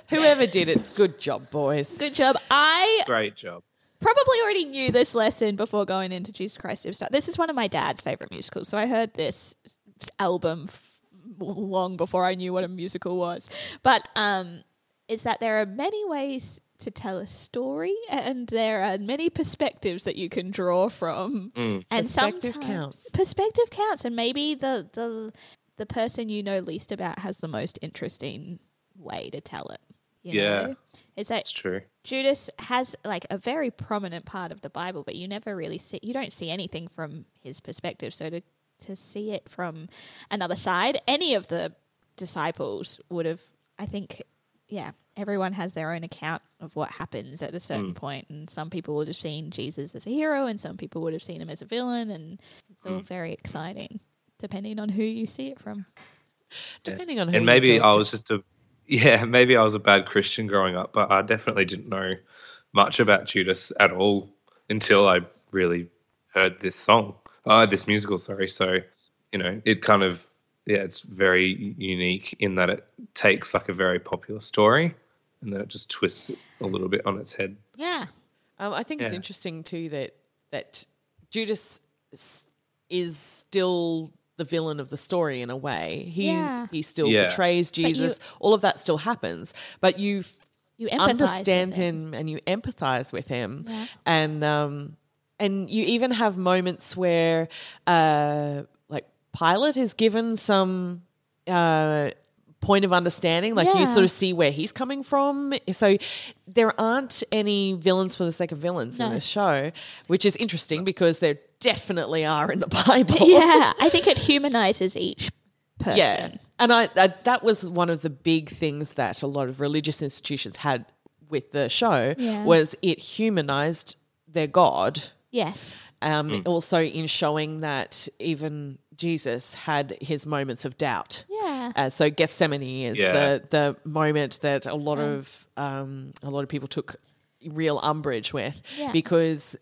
A: Whoever did it, good job, boys.
B: Good job. I
D: Great job.
B: probably already knew this lesson before going into Jesus Christ Superstar. This is one of my dad's favorite musicals, so I heard this s- album f- long before I knew what a musical was. But um, is that there are many ways to tell a story, and there are many perspectives that you can draw from.
D: Mm.
B: And
A: Perspective
B: sometimes-
A: counts.
B: Perspective counts, and maybe the the the person you know least about has the most interesting way to tell it. You
D: Yeah.
B: know? is that
D: It's true.
B: Judas has like a very prominent part of the Bible, but you never really see you don't see anything from his perspective. So to to see it from another side, any of the disciples would have I think yeah, everyone has their own account of what happens at a certain point, and some people would have seen Jesus as a hero and some people would have seen him as a villain and it's all very exciting depending on who you see it from.
A: Depending on who you're
D: and maybe I
A: talking
D: was just a yeah, maybe I was a bad Christian growing up, but I definitely didn't know much about Judas at all until I really heard this song, uh, this musical. Sorry, so you know it kind of yeah, it's very unique in that it takes like a very popular story and then it just twists it a little bit on its head.
B: Yeah.
A: Um, I think it's
D: Yeah.
A: interesting too that that Judas s- is still the villain of the story in a way. He
B: Yeah.
A: he still
D: Yeah.
A: betrays
B: you-
A: Jesus. All of that still happens, but you f-
B: You empathize with
A: understand
B: him.
A: him and you empathize with him, and um, and you even have moments where uh, like Pilate is given some uh, point of understanding. Like you
B: Yeah.
A: sort of see where he's coming from. So there aren't any villains for the sake of villains in
B: No.
A: this show, which is interesting because there definitely are in the Bible.
B: Yeah. I think it humanizes each person.
A: Yeah. And I, I that was one of the big things that a lot of religious institutions had with the show
B: Yeah.
A: was it humanized their god.
B: Yes.
A: Um, Also, in showing that even Jesus had his moments of doubt.
B: Yeah.
A: Uh, so Gethsemane is
D: Yeah.
A: the the moment that a lot of um, a lot of people took real umbrage with
B: Yeah.
A: because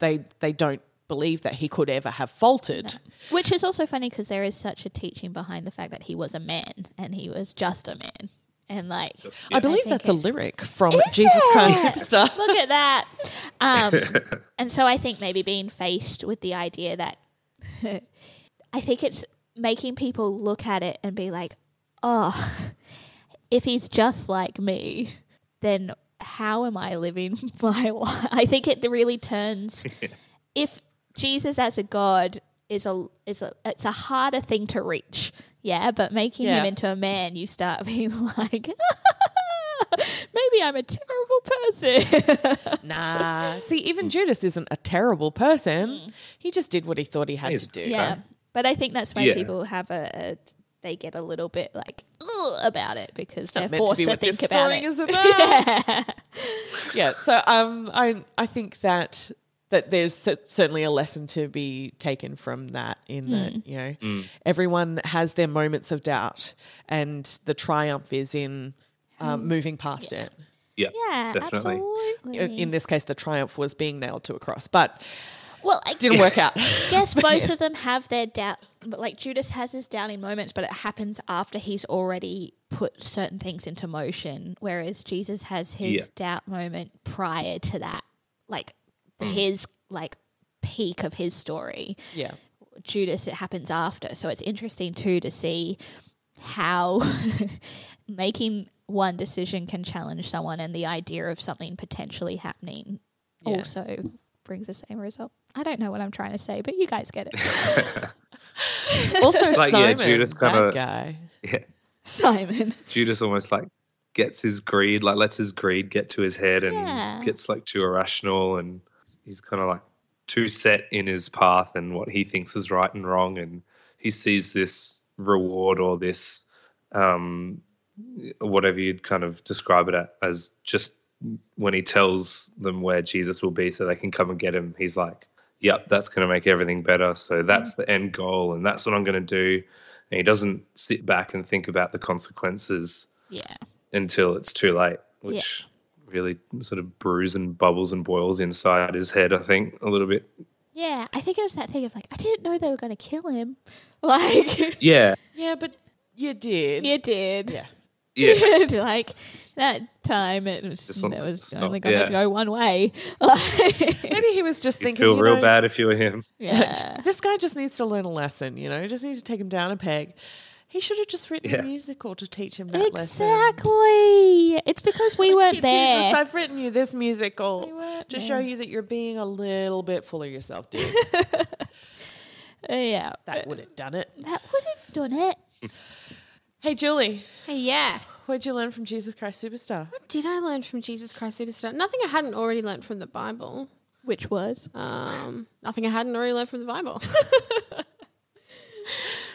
A: they they don't believe that he could ever have faltered.
B: Which is also funny because there is such a teaching behind the fact that he was a man and he was just a man. And like,
A: I believe
B: think
A: that's a
B: it-
A: lyric from Jesus Christ
B: it?
A: Superstar.
B: look at that. Um, and so I think maybe being faced with the idea that I think it's making people look at it and be like, oh, if he's just like me, then how am I living my life? I think it really turns if Jesus as a God is a is a it's a harder thing to reach. Yeah, but making
A: Yeah.
B: him into a man, you start being like, maybe I'm a terrible person.
A: Nah. See,
D: Mm.
A: even Judas isn't a terrible person. He just did what he thought he had
D: He's-
A: to do.
B: Mm. yeah, but I think that's why
D: Yeah.
B: people have a, a they get a little bit like "Ugh," about it because they're
A: meant to
B: forced
A: be
B: to,
A: what this
B: think about
A: story
B: it.
A: is about.
B: yeah.
A: Yeah. So um, I I think that that there's cer- certainly a lesson to be taken from that in
B: Mm.
A: that you know
D: Mm.
A: everyone has their moments of doubt and the triumph is in
B: Mm.
A: um, moving past it. Uh,
D: Yeah,
B: Yeah,
D: definitely.
B: absolutely.
A: In- In this case, the triumph was being nailed to a cross, but
B: well, I
A: didn't work out.
B: guess both of them have their doubt. But like Judas has his doubting moments, but it happens after he's already put certain things into motion. Whereas Jesus has his
D: Yeah.
B: doubt moment prior to that, like his like peak of his story.
A: yeah.
B: Judas, it happens after. So it's interesting too to see how making one decision can challenge someone, and the idea of something potentially happening
A: Yeah.
B: also brings the same result. I don't know what I'm trying to say, but you guys get it.
A: Also,
D: Like,
A: Simon,
D: yeah, Judas kinda-
A: that guy.
D: Yeah.
B: Simon.
D: Judas almost like gets his greed, like lets his greed get to his head and
B: Yeah.
D: gets like too irrational and he's kind of like too set in his path and what he thinks is right and wrong. And he sees this reward or this, um, whatever you'd kind of describe it at, as just when he tells them where Jesus will be so they can come and get him, he's like, yep, that's going to make everything better. So that's the end goal and that's what I'm going to do. And he doesn't sit back and think about the consequences
B: Yeah.
D: until it's too late, which really sort of brews and bubbles and boils inside his head, I think, a little bit.
B: Yeah. I think it was that thing of like, I didn't know they were going to kill him. Like,
D: Yeah.
A: Yeah, but you did.
B: you did.
A: Yeah.
D: Yeah.
B: like, that time it was,
D: Just
B: that
D: wants to
B: was
D: stop.
B: only going to
D: Yeah.
B: go one way. Like,
A: Maybe he was just thinking.
D: Feel
A: you
D: real
A: know,
D: bad if you were him.
B: yeah.
A: This guy just needs to learn a lesson, you know. You just need to take him down a peg. He should have just written
D: Yeah.
A: a musical to teach him that lesson.
B: Exactly. It's because we weren't
A: Jesus,
B: there.
A: I've written you this musical to show you that you're being a little bit full of yourself, dude.
B: Yeah.
A: that would have done it.
B: That would have done it.
A: Hey, Julie,
C: Hey, yeah.
A: what'd you learn from Jesus Christ Superstar?
C: What did I learn from Jesus Christ Superstar? Nothing I hadn't already learned from the Bible.
B: Which was
C: Um, nothing I hadn't already learned from the Bible.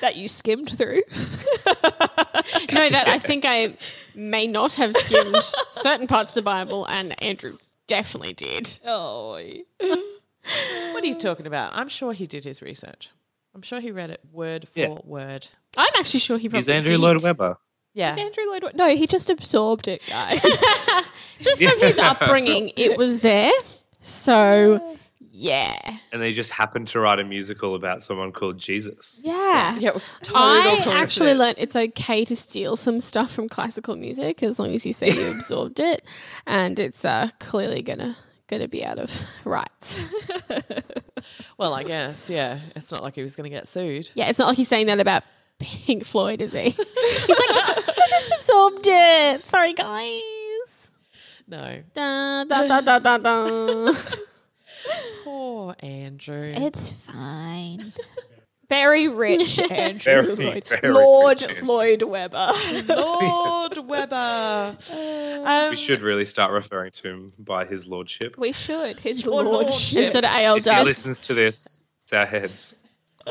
B: that you skimmed through.
C: no, that I think I may not have skimmed certain parts of the Bible, and Andrew definitely did.
A: Oh, what are you talking about? I'm sure he did his research. I'm sure he read it word for
D: Yeah.
A: word.
C: I'm actually sure he probably
D: He's Andrew
C: did.
D: Lloyd Webber.
A: Yeah.
B: Andrew Lloyd. No, he just absorbed it, guys.
C: Just from his upbringing, it was there. So, yeah.
D: And they just happened to write a musical about someone called Jesus.
C: Yeah.
A: Yeah, it was total
C: I actually
A: coincidence.
C: learned it's okay to steal some stuff from classical music as long as you say you absorbed it, and it's uh, clearly gonna gonna be out of rights.
A: Well, I guess, yeah. It's not like he was going to get sued.
C: Yeah, it's not like he's saying that about Pink Floyd, is he? He's like, I just absorbed it. Sorry, guys.
A: No.
C: Da, da, da, da, da, da.
A: Poor Andrew.
B: it's fine. Very rich, Andrew
D: Very,
B: Lloyd.
D: very
B: Lord
D: rich.
B: Lloyd Webber.
A: Lord Webber. Um,
D: We should really start referring to him by his lordship.
B: we should. His
A: Your
B: lordship.
C: Instead of AL
D: If he
C: dust.
D: listens to this, it's our heads.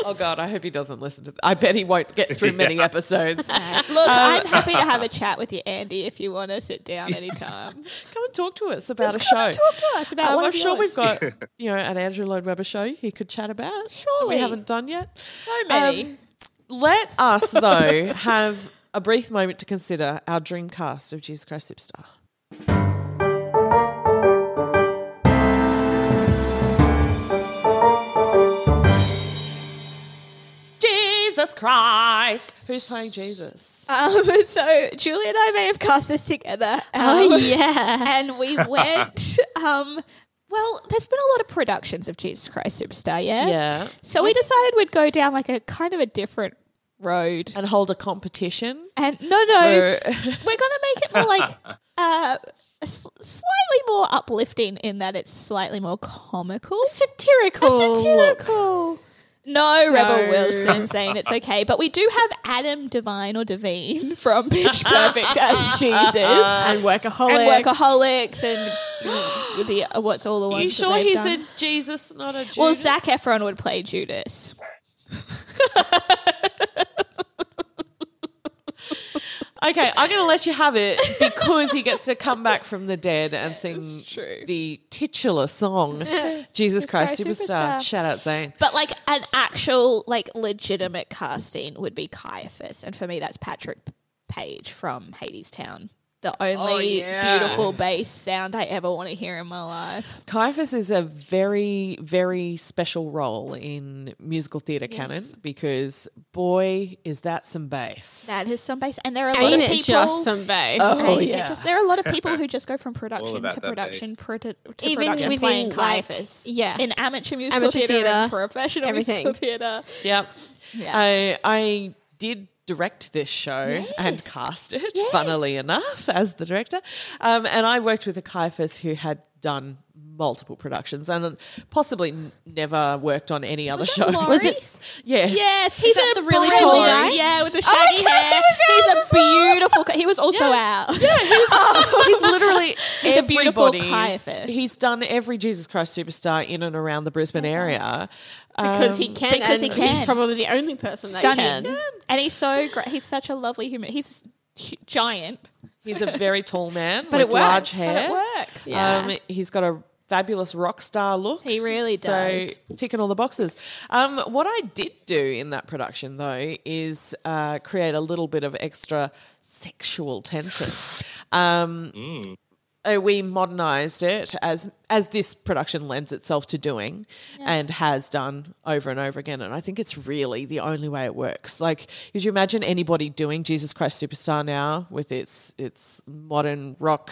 A: Oh God, I hope he doesn't listen to. Th- I bet he won't get through many episodes. Come
B: Look, I'm happy to have a chat with you, Andy, if you want to sit down anytime.
A: and talk to us about a show.
B: Come and talk to us about
A: Um,
B: one
A: I'm
B: of
A: sure
B: yours.
A: we've got you know an Andrew Lloyd Webber show he could chat about. that
B: Surely.
A: we haven't done yet. Um, So
B: many.
A: let us though have a brief moment to consider our dream cast of Jesus Christ Superstar. Jesus Christ, who's playing Jesus?
B: Um, so Julie and I may have cast this together. um,
C: Oh, yeah.
B: And we went. um, well, there's been a lot of productions of Jesus Christ Superstar, yeah?
A: Yeah.
B: So we decided we'd go down like a kind of a different road.
A: And hold a competition.
B: And no, no,
A: For-
B: we're going to make it more like uh, s- slightly more uplifting in that it's slightly more comical.
C: Satirical.
B: Satirical. No, Rebel
C: No.
B: Wilson saying it's okay, but we do have Adam Devine or Devine from Pitch Perfect as Jesus
C: And workaholic.
B: and workaholics and the uh, what's all the ones.
A: Are you
B: that
A: sure
B: they've
A: he's
B: done.
A: a Jesus, not a Judas?
B: well? Zach Efron would play Judas.
A: Okay, I'm going to let you have it because he gets to come back from the dead and sing the titular song, Jesus Christ,
B: Christ
A: Superstar.
B: Superstar.
A: Shout out Zane.
B: But like an actual, like legitimate casting would be Caiaphas, and for me, that's Patrick Page from Hades Town. The only
A: yeah.
B: beautiful bass sound I ever want to hear in my life.
A: Caiaphas is a very, very special role in musical theatre canon because, boy, is that some bass.
B: That is some bass, and there are a lot
C: Ain't
B: of
C: it
B: people.
C: just some bass?
A: Oh,
B: Ain't it
A: yeah.
B: just- there are a lot of people who just go from production
D: about
B: to
D: that
B: production,
D: bass.
B: produ- to
C: Even
B: production
C: within,
B: playing
C: like,
B: Caiaphas.
C: yeah.
B: in amateur musical
C: Amateur
B: theatre, and
C: theatre,
B: professional
C: everything.
B: musical theatre.
A: Yep.
B: Yeah.
A: I, I did direct this show and cast it, funnily enough, as the director. Um, and I worked with a Caiaphas who had done multiple productions and possibly n- never worked on any other show.
B: Laurie?
C: Was it-
A: Yes.
B: Yes, he's
C: that
B: a
C: the really tall
B: brilliant-
C: guy?
B: Yeah, with the shaggy
C: God,
B: hair.
C: he was
B: he's a beautiful. guy. He was also out. Oh, Yeah,
A: He's literally
B: He's a beautiful
A: everybody's-
B: Caiaphas.
A: He's done every Jesus Christ superstar in and around the Brisbane area.
C: Um, Because he can.
B: because he
C: and
B: can.
C: He's probably the only person that
B: stunning,
C: can.
B: and he's so great. He's such a lovely human. He's hu- giant,
A: He's a very tall man
C: But
A: with
C: it
A: large
C: works.
A: hair.
B: but it works.
C: Yeah.
A: Um, he's got a fabulous rock star look.
B: He really does.
A: So ticking all the boxes. Um, what I did do in that production though is uh, create a little bit of extra sexual tension. Um,
B: Mm.
A: uh, we modernized it as as this production lends itself to doing and has done over and over again and i think it's really the only way it works like could you imagine anybody doing jesus christ superstar now with its its modern rock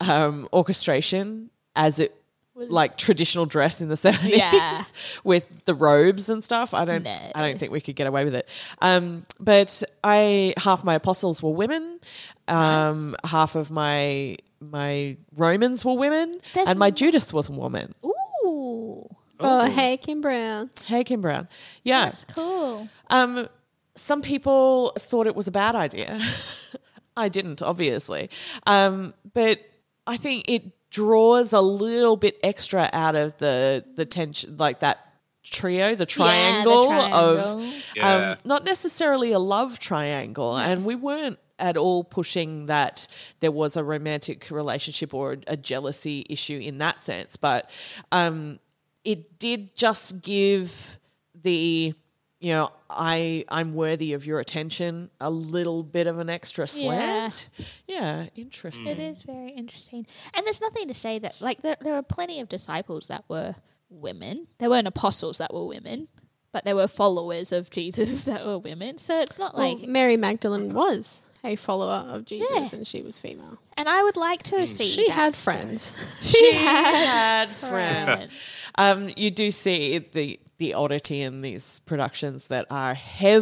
A: um, orchestration as it like traditional dress in the 70s
B: Yeah.
A: with the robes and stuff. I don't
B: No.
A: I don't think we could get away with it. Um, but I half my apostles were women. Um, half of my my Romans were women
B: There's
A: and my Judas was a woman.
B: Ooh,
C: Oh, hey, Kim Brown.
A: Hey Kim Brown. Yeah.
B: Oh, that's cool.
A: Um, some people thought it was a bad idea. I didn't, obviously. Um, but I think it draws a little bit extra out of the the tension, like that trio, the triangle,
B: triangle.
A: of
D: Yeah.
A: um, not necessarily a love triangle, and we weren't at all pushing that there was a romantic relationship or a jealousy issue in that sense, but um, it did just give the you know I I'm worthy of your attention a little bit of an extra slant. Yeah, interesting.
B: It is very interesting. And there's nothing to say that, like, there, there are plenty of disciples that were women. There weren't apostles that were women, but there were followers of Jesus that were women. So it's not like.
C: well, Mary Magdalene was a follower of Jesus
B: Yeah.
C: and she was female.
B: and I would like to see.
C: mm. She
B: that.
C: had friends.
A: She had friends.
B: friends.
A: Um, you do see the the oddity in these productions that are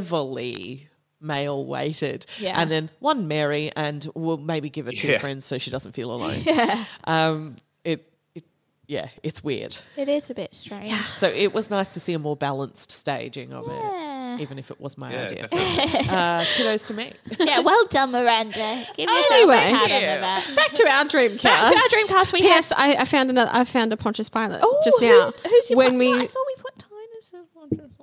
A: heavily male weighted,
B: Yeah.
A: and then one Mary, and we'll maybe give her two
D: Yeah.
A: friends so she doesn't feel alone. Yeah. Um, it, it, yeah, it's weird.
B: It is a bit strange.
A: So it was nice to see a more balanced staging of
B: Yeah.
A: it, even if it was my
D: Yeah,
A: idea.
D: definitely.
A: Uh, kudos to me.
B: yeah, well done, Miranda. Give yourself
C: Anyway.
B: a pat on the
A: Yeah.
B: back.
C: Back to our Dreamcast.
B: Back to our Dreamcast, we
C: yes, I, I found another. I found a Pontius Pilate
B: Oh,
C: just now.
B: who's, who's your
C: when
B: pa-
C: we
B: I thought we put Titus as Pontius Pilate.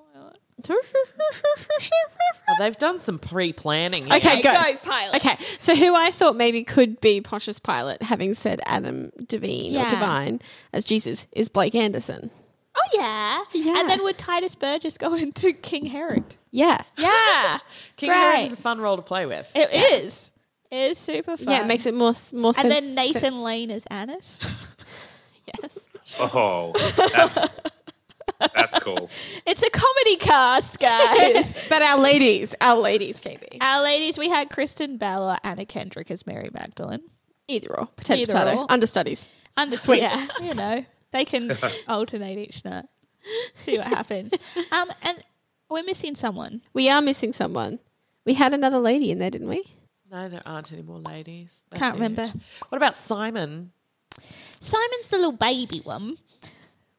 A: Uh, They've done some pre-planning. here.
C: Okay, go.
B: Pilate.
C: Okay, so who I thought maybe could be Pontius Pilate, having said Adam Devine
B: Yeah.
C: or Divine as Jesus, is Blake Anderson.
B: Oh yeah.
C: Yeah.
B: And then would Titus Burgess go into King Herod?
C: Yeah,
B: Yeah.
A: King Herod is a
B: Right.
A: fun role to play with.
B: It is. It is super fun.
C: yeah, it makes it more s- more
B: And
C: sen-
B: then Nathan Lane is Annis. yes.
D: Oh, that's, that's cool.
B: It's a comedy cast, guys.
C: But our ladies, our ladies can be
B: Our ladies, we had Kristen Bell or Anna Kendrick as Mary Magdalene.
C: either or potato
B: Either
C: potato
B: or.
C: understudies.
B: Under sweet. Yeah, you know, they can alternate each night. See what happens. Um, and we're missing someone.
C: We are missing someone. We had another lady in there, didn't we?
A: No, there aren't any more ladies. That's
B: Can't
A: it.
B: remember.
A: What about Simon?
B: Simon's the little baby one.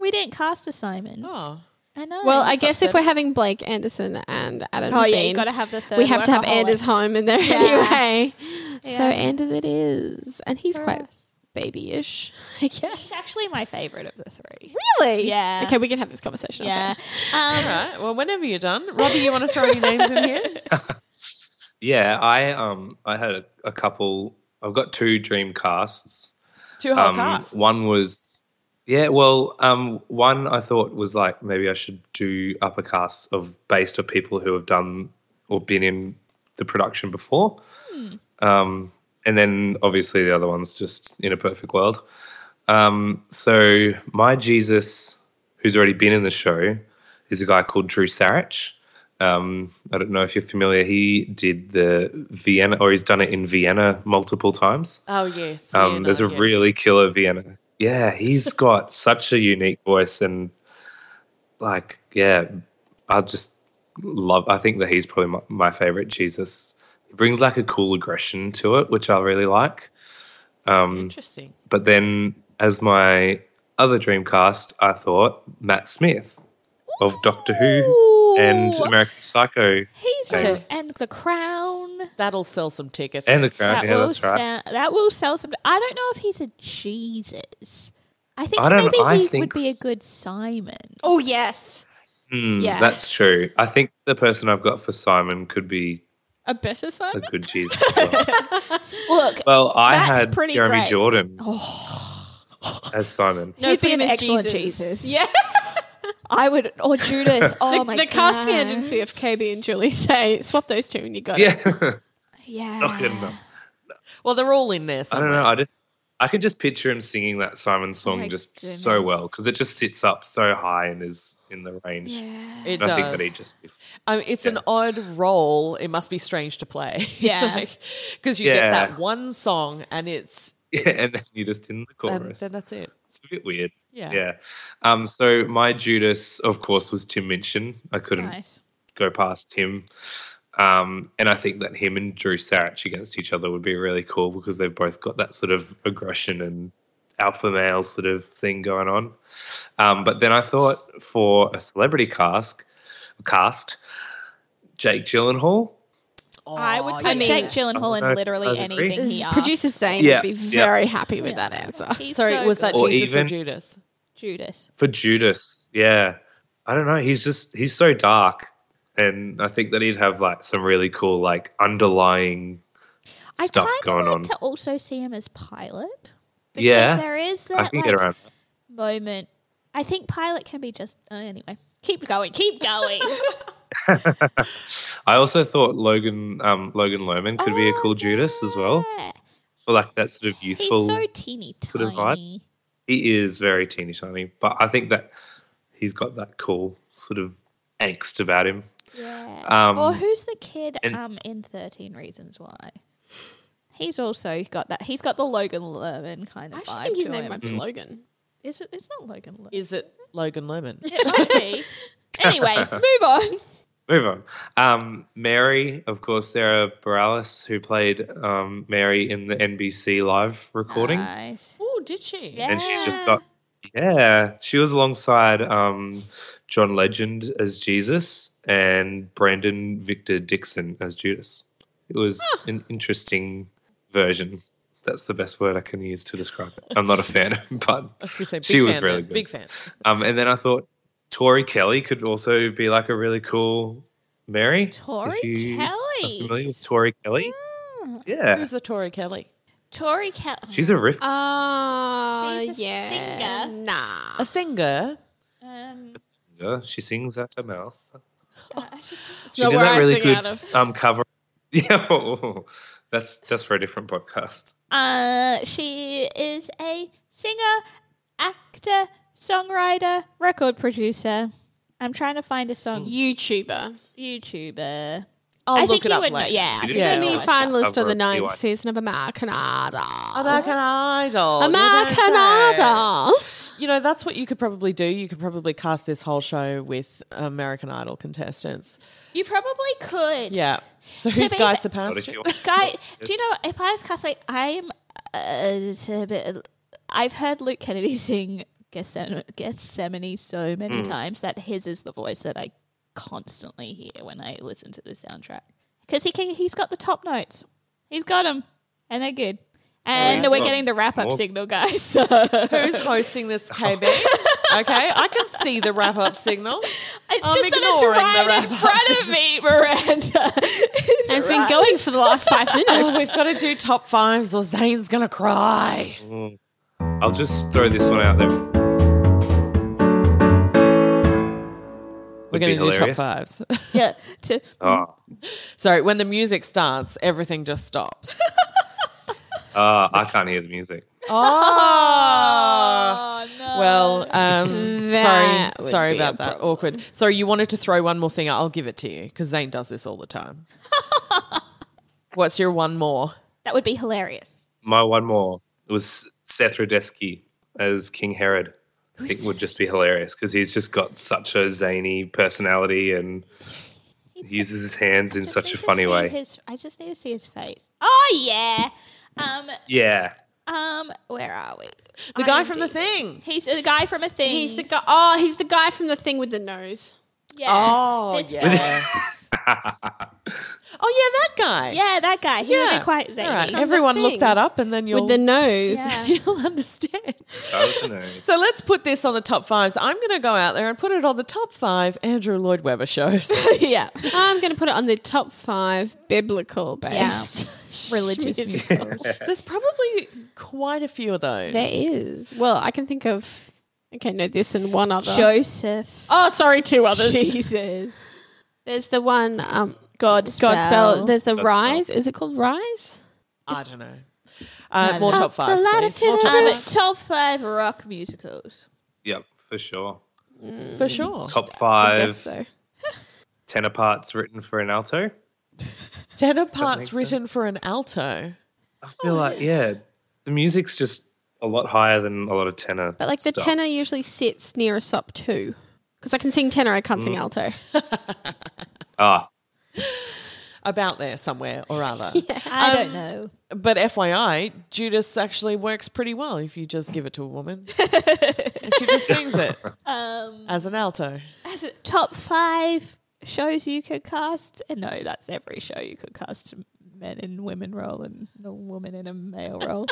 B: We didn't cast a Simon.
A: Oh,
B: I know.
C: Well, I guess if
A: upsetting.
C: we're having Blake Anderson and Adam
B: Oh, yeah, you
C: Devine,
B: gotta have the third Oh,
C: we have to have
B: workaholic.
C: Anders home in there anyway. So Anders it is, and he's
B: For
C: quite
B: us.
C: babyish, I
B: he's
C: guess.
B: actually my favorite of the three.
C: Really?
B: Yeah.
C: Okay, we can have this conversation.
B: Yeah.
C: Yeah.
B: Um,
A: all right. Well, whenever you're done, Robbie, you want to throw any names in here?
D: Um, Yeah, I um I had a, a couple. I've got two dream casts.
A: Two whole
D: Um,
A: casts.
D: one was yeah. Well, um, one I thought was like maybe I should do upper casts of based of people who have done or been in the production before. Um, and then obviously the other one's just in a perfect world. Um, so my Jesus, who's already been in the show, is a guy called Drew Sarich. Um, I don't know if you're familiar. He did the Vienna, or he's done it in Vienna multiple times.
A: Oh yes.
D: Um,
A: yeah,
D: there's
A: no,
D: a
A: yeah.
D: really killer Vienna. Yeah, he's got such a unique voice, and like, yeah, I just love. I think that he's probably my, my favorite Jesus. He brings like a cool aggression to it, which I really like. Um,
A: interesting.
D: but then, as my other Dreamcast, I thought Matt Smith of Doctor Who and
B: Ooh.
D: American Psycho
B: He's
D: Okay.
B: a- and the crown.
A: That'll sell some tickets.
D: and the Crown.
B: That
D: Yeah,
B: will
D: that's right.
B: sell. That will sell some. I don't know if he's a Jesus. I think
D: I don't-
B: maybe
D: I
B: he would
D: think
B: be a
D: s-
B: good Simon.
C: Oh yes,
D: Mm,
C: Yeah.
D: That's true. I think the person I've got for Simon could be
C: a better
D: a
C: Simon.
D: good Jesus. as well.
B: Look,
D: Well, I
B: That's
D: had
B: pretty
D: Jeremy
B: great. Oh.
D: Jordan as Simon.
C: No,
B: He'd
C: put
B: be
C: him
B: an
C: as
B: excellent Jesus.
C: Yeah.
B: I would or Judas. Oh
C: the
B: my
C: the
B: god,
C: casting agency of KB and Julie say swap those two and you got
D: Yeah,
C: it.
B: Yeah,
D: not good enough.
A: Well, they're all in there.
D: I
A: Somewhere.
D: don't know. I just I could just picture him singing that Simon song
B: Oh my
D: just so
B: goodness.
D: well because it just sits up so high and is in the range.
B: yeah.
A: It
D: And I think
A: does.
D: that he just be
A: Um, it's an
D: Yeah.
A: odd role. It must be strange to play.
B: Yeah.
A: because you get
D: Yeah.
A: that one song and it's
D: yeah, and then you're just in the
A: and
B: Um,
D: chorus.
A: then that's it.
D: it's a bit weird.
A: Yeah.
D: Yeah. Um, so my Judas, of course, was Tim Minchin. I couldn't
B: Nice.
D: go past him. Um, and I think that him and Drew Sarach against each other would be really cool because they've both got that sort of aggression and alpha male sort of thing going on. Um, but then I thought for a celebrity cast, cast Jake Gyllenhaal.
B: I would put Jake Gyllenhaal
D: I-
B: in literally
D: I'd agree.
B: anything he asks.
C: Producer Zane
D: Yeah,
C: would be
D: yeah.
C: very happy with that answer.
B: He's
A: Sorry,
B: so
A: was that
B: good.
D: Or
A: Jesus or
D: even-
A: Judas?
B: Judas?
D: For Judas, yeah. I don't know. He's just he's so dark. And I think that he'd have like some really cool like underlying
B: I
D: stuff
B: kind of
D: going
B: like
D: on.
B: to also see him as pilot. Because
D: Yeah,
B: there is that
D: I can
B: like,
D: get around.
B: moment. I think pilot can be just uh, anyway. Keep going, keep going.
D: I also thought Logan um, Logan Lerman could be a cool Judas as well
B: Yeah.
D: for like that sort of
B: He's
D: youthful.
B: so teeny tiny.
D: sort of vibe. he is very teeny tiny, but I think that he's got that cool sort of angst about him.
B: Yeah. Oh.
D: Um,
B: or who's the kid
D: and-
B: um in Thirteen Reasons Why? He's also got that. He's got the Logan Lerman kind
C: I
B: of
C: actually
B: vibe.
C: think his
B: to
C: name
B: him.
C: might be
D: Mm.
C: Logan.
B: Is it? It's not Logan Lerman.
A: Is it Logan Lerman?
B: It might be. anyway, move on.
D: Move on. Um, Mary, of course, Sarah Bareilles, who played um, Mary in the NBC live recording,
B: Nice.
A: Oh, did she?
B: Yeah.
D: and she's just got yeah. She was alongside um, John Legend as Jesus and Brandon Victor Dixon as Judas. It was an interesting version. That's the best word I can use to describe it. I'm not a fan, but
A: I was gonna say, big
D: She was
A: fan,
D: really
A: man.
D: good.
A: Big fan.
D: Um, and then I thought Tori Kelly could also be like a really cool Mary. if
B: Tori
D: you are
B: Kelly.
D: Familiar with Tori Kelly?
B: Mm.
D: Yeah.
A: Who's the Tori Kelly?
B: Tori Kelly.
D: She's a riff
B: Uh,
C: Ah,
B: She's a
C: yeah.
B: singer.
C: Nah.
A: A singer.
B: Um,
D: singer. She sings out her mouth.
C: It's
D: She
C: not
D: did
C: where
D: that
C: I
D: really
C: sing out
D: good
C: of.
D: um, cover. Yeah, oh, that's that's for a different podcast.
B: uh, she is a singer, actor, songwriter, record producer. I'm trying to find a
C: Hmm.
B: song.
C: YouTuber.
B: YouTuber.
A: I'll
B: I
A: look
B: think
A: it
B: you
A: up
B: would know-
A: later.
B: Yeah. I
D: She
B: think
D: did
B: you would
D: that on
C: Semi
B: know that.
C: finalist of
D: Cover
C: the
D: of
C: ninth
D: BYU.
C: season of American Idol.
A: American Idol. You don't
C: American
A: say.
C: Idol.
A: You know, that's what you could probably do. You could probably cast this whole show with American Idol contestants.
B: You probably could.
A: Yeah. So
B: To
A: who's
B: be
A: Guy
B: fa-
D: Not if
A: Sapowski?
D: you want-
B: Guy, do you know if I was Catholic, I'm. Uh, a bit, I've heard Luke Kennedy sing Gethsemane, Gethsemane so many
D: Hmm.
B: times that his is the voice that I constantly hear when I listen to the soundtrack because he can, he's got the top notes, he's got them, and they're good. And
D: Oh, yeah.
B: we're
D: Well,
B: getting the wrap up
D: more-
B: signal, guys. So
A: Who's hosting
C: Oh.
A: this KB? okay, I can see the wrap up signal.
B: it's
A: I'm
B: just that it's
A: ignoring the
B: right in
A: wrap-up
B: front of me, Miranda. It's
C: And it's been going for the last five
A: Oh,
C: minutes.
A: we've got to do top fives or Zane's going to cry.
D: I'll just throw this one out there.
A: We're
D: be
A: going to do top
D: hilarious.
A: fives.
B: yeah, to
D: Oh,
A: Sorry, when the music starts, everything just stops.
D: uh, I can't hear the music.
A: Oh, well, um, sorry,
C: That would
A: sorry
C: be a
A: about that.
C: problem.
A: Awkward. Sorry, you wanted to throw one more thing. out. I'll give it to you because Zane does this all the time. What's your one more?
B: that would be hilarious.
D: My one more was Seth Rudetsky as King Herod. I think would just be hilarious because he's just got such a zany personality and he uses his hands in
B: just
D: such
B: need
D: a
B: to
D: funny
B: see
D: way.
B: His, I just need to see his face. Oh yeah. Um.
D: Yeah.
B: Um. Where are we?
A: The guy from
B: IMDb.
A: the thing.
B: He's the guy from a thing.
C: He's the guy. Oh, he's the guy from the thing with the nose.
B: yeah.
A: Oh,
B: This-
A: yes. oh, yeah, that guy.
B: Yeah, that guy. He would
A: Yeah.
B: be quite zany.
A: All right,
C: the
A: everyone look
C: thing.
A: that up and then you'll,
C: With the nose.
B: Yeah.
A: you'll understand.
D: I don't know.
A: So let's put this on the top fives. I'm going to go out there and put it on the top five Andrew Lloyd Webber shows.
B: yeah.
C: I'm going to put it on the top five biblical based.
B: Religious musicals.
A: There's probably quite a few of those.
C: There is. Well, I can think of. Okay, no, this and one other.
B: Joseph.
C: Oh, sorry, two others.
B: Jesus.
C: There's the one. Um,
B: Godspell.
C: Godspell. There's the Rise. Is it called Rise?
A: I don't know. Uh,
B: No,
A: more
B: no.
A: top
C: The
A: fives. please. More
C: latitude
A: top
C: of
B: Um,
C: the-
A: fives.
B: top five rock musicals.
D: Yep, for sure.
A: For sure.
D: Mm. Top
C: I
D: five
C: guess so.
D: tenor parts written for an alto.
A: Tenor parts
D: makes
A: written for an alto.
C: Oh,
D: I feel like yeah, the music's just a lot higher than a lot of tenor.
C: But like the
D: stuff.
C: tenor usually sits near a sop too. Because I can sing tenor, I can't sing
D: Mm.
C: alto.
D: Ah,
A: About there somewhere or other.
B: I don't know.
A: But FYI, Judas actually works pretty well if you just give it to a woman. and she just sings it
C: Um,
A: as an alto.
B: As a top five shows you could cast. uh, No, that's every show you could cast men in women role and a woman in a male role.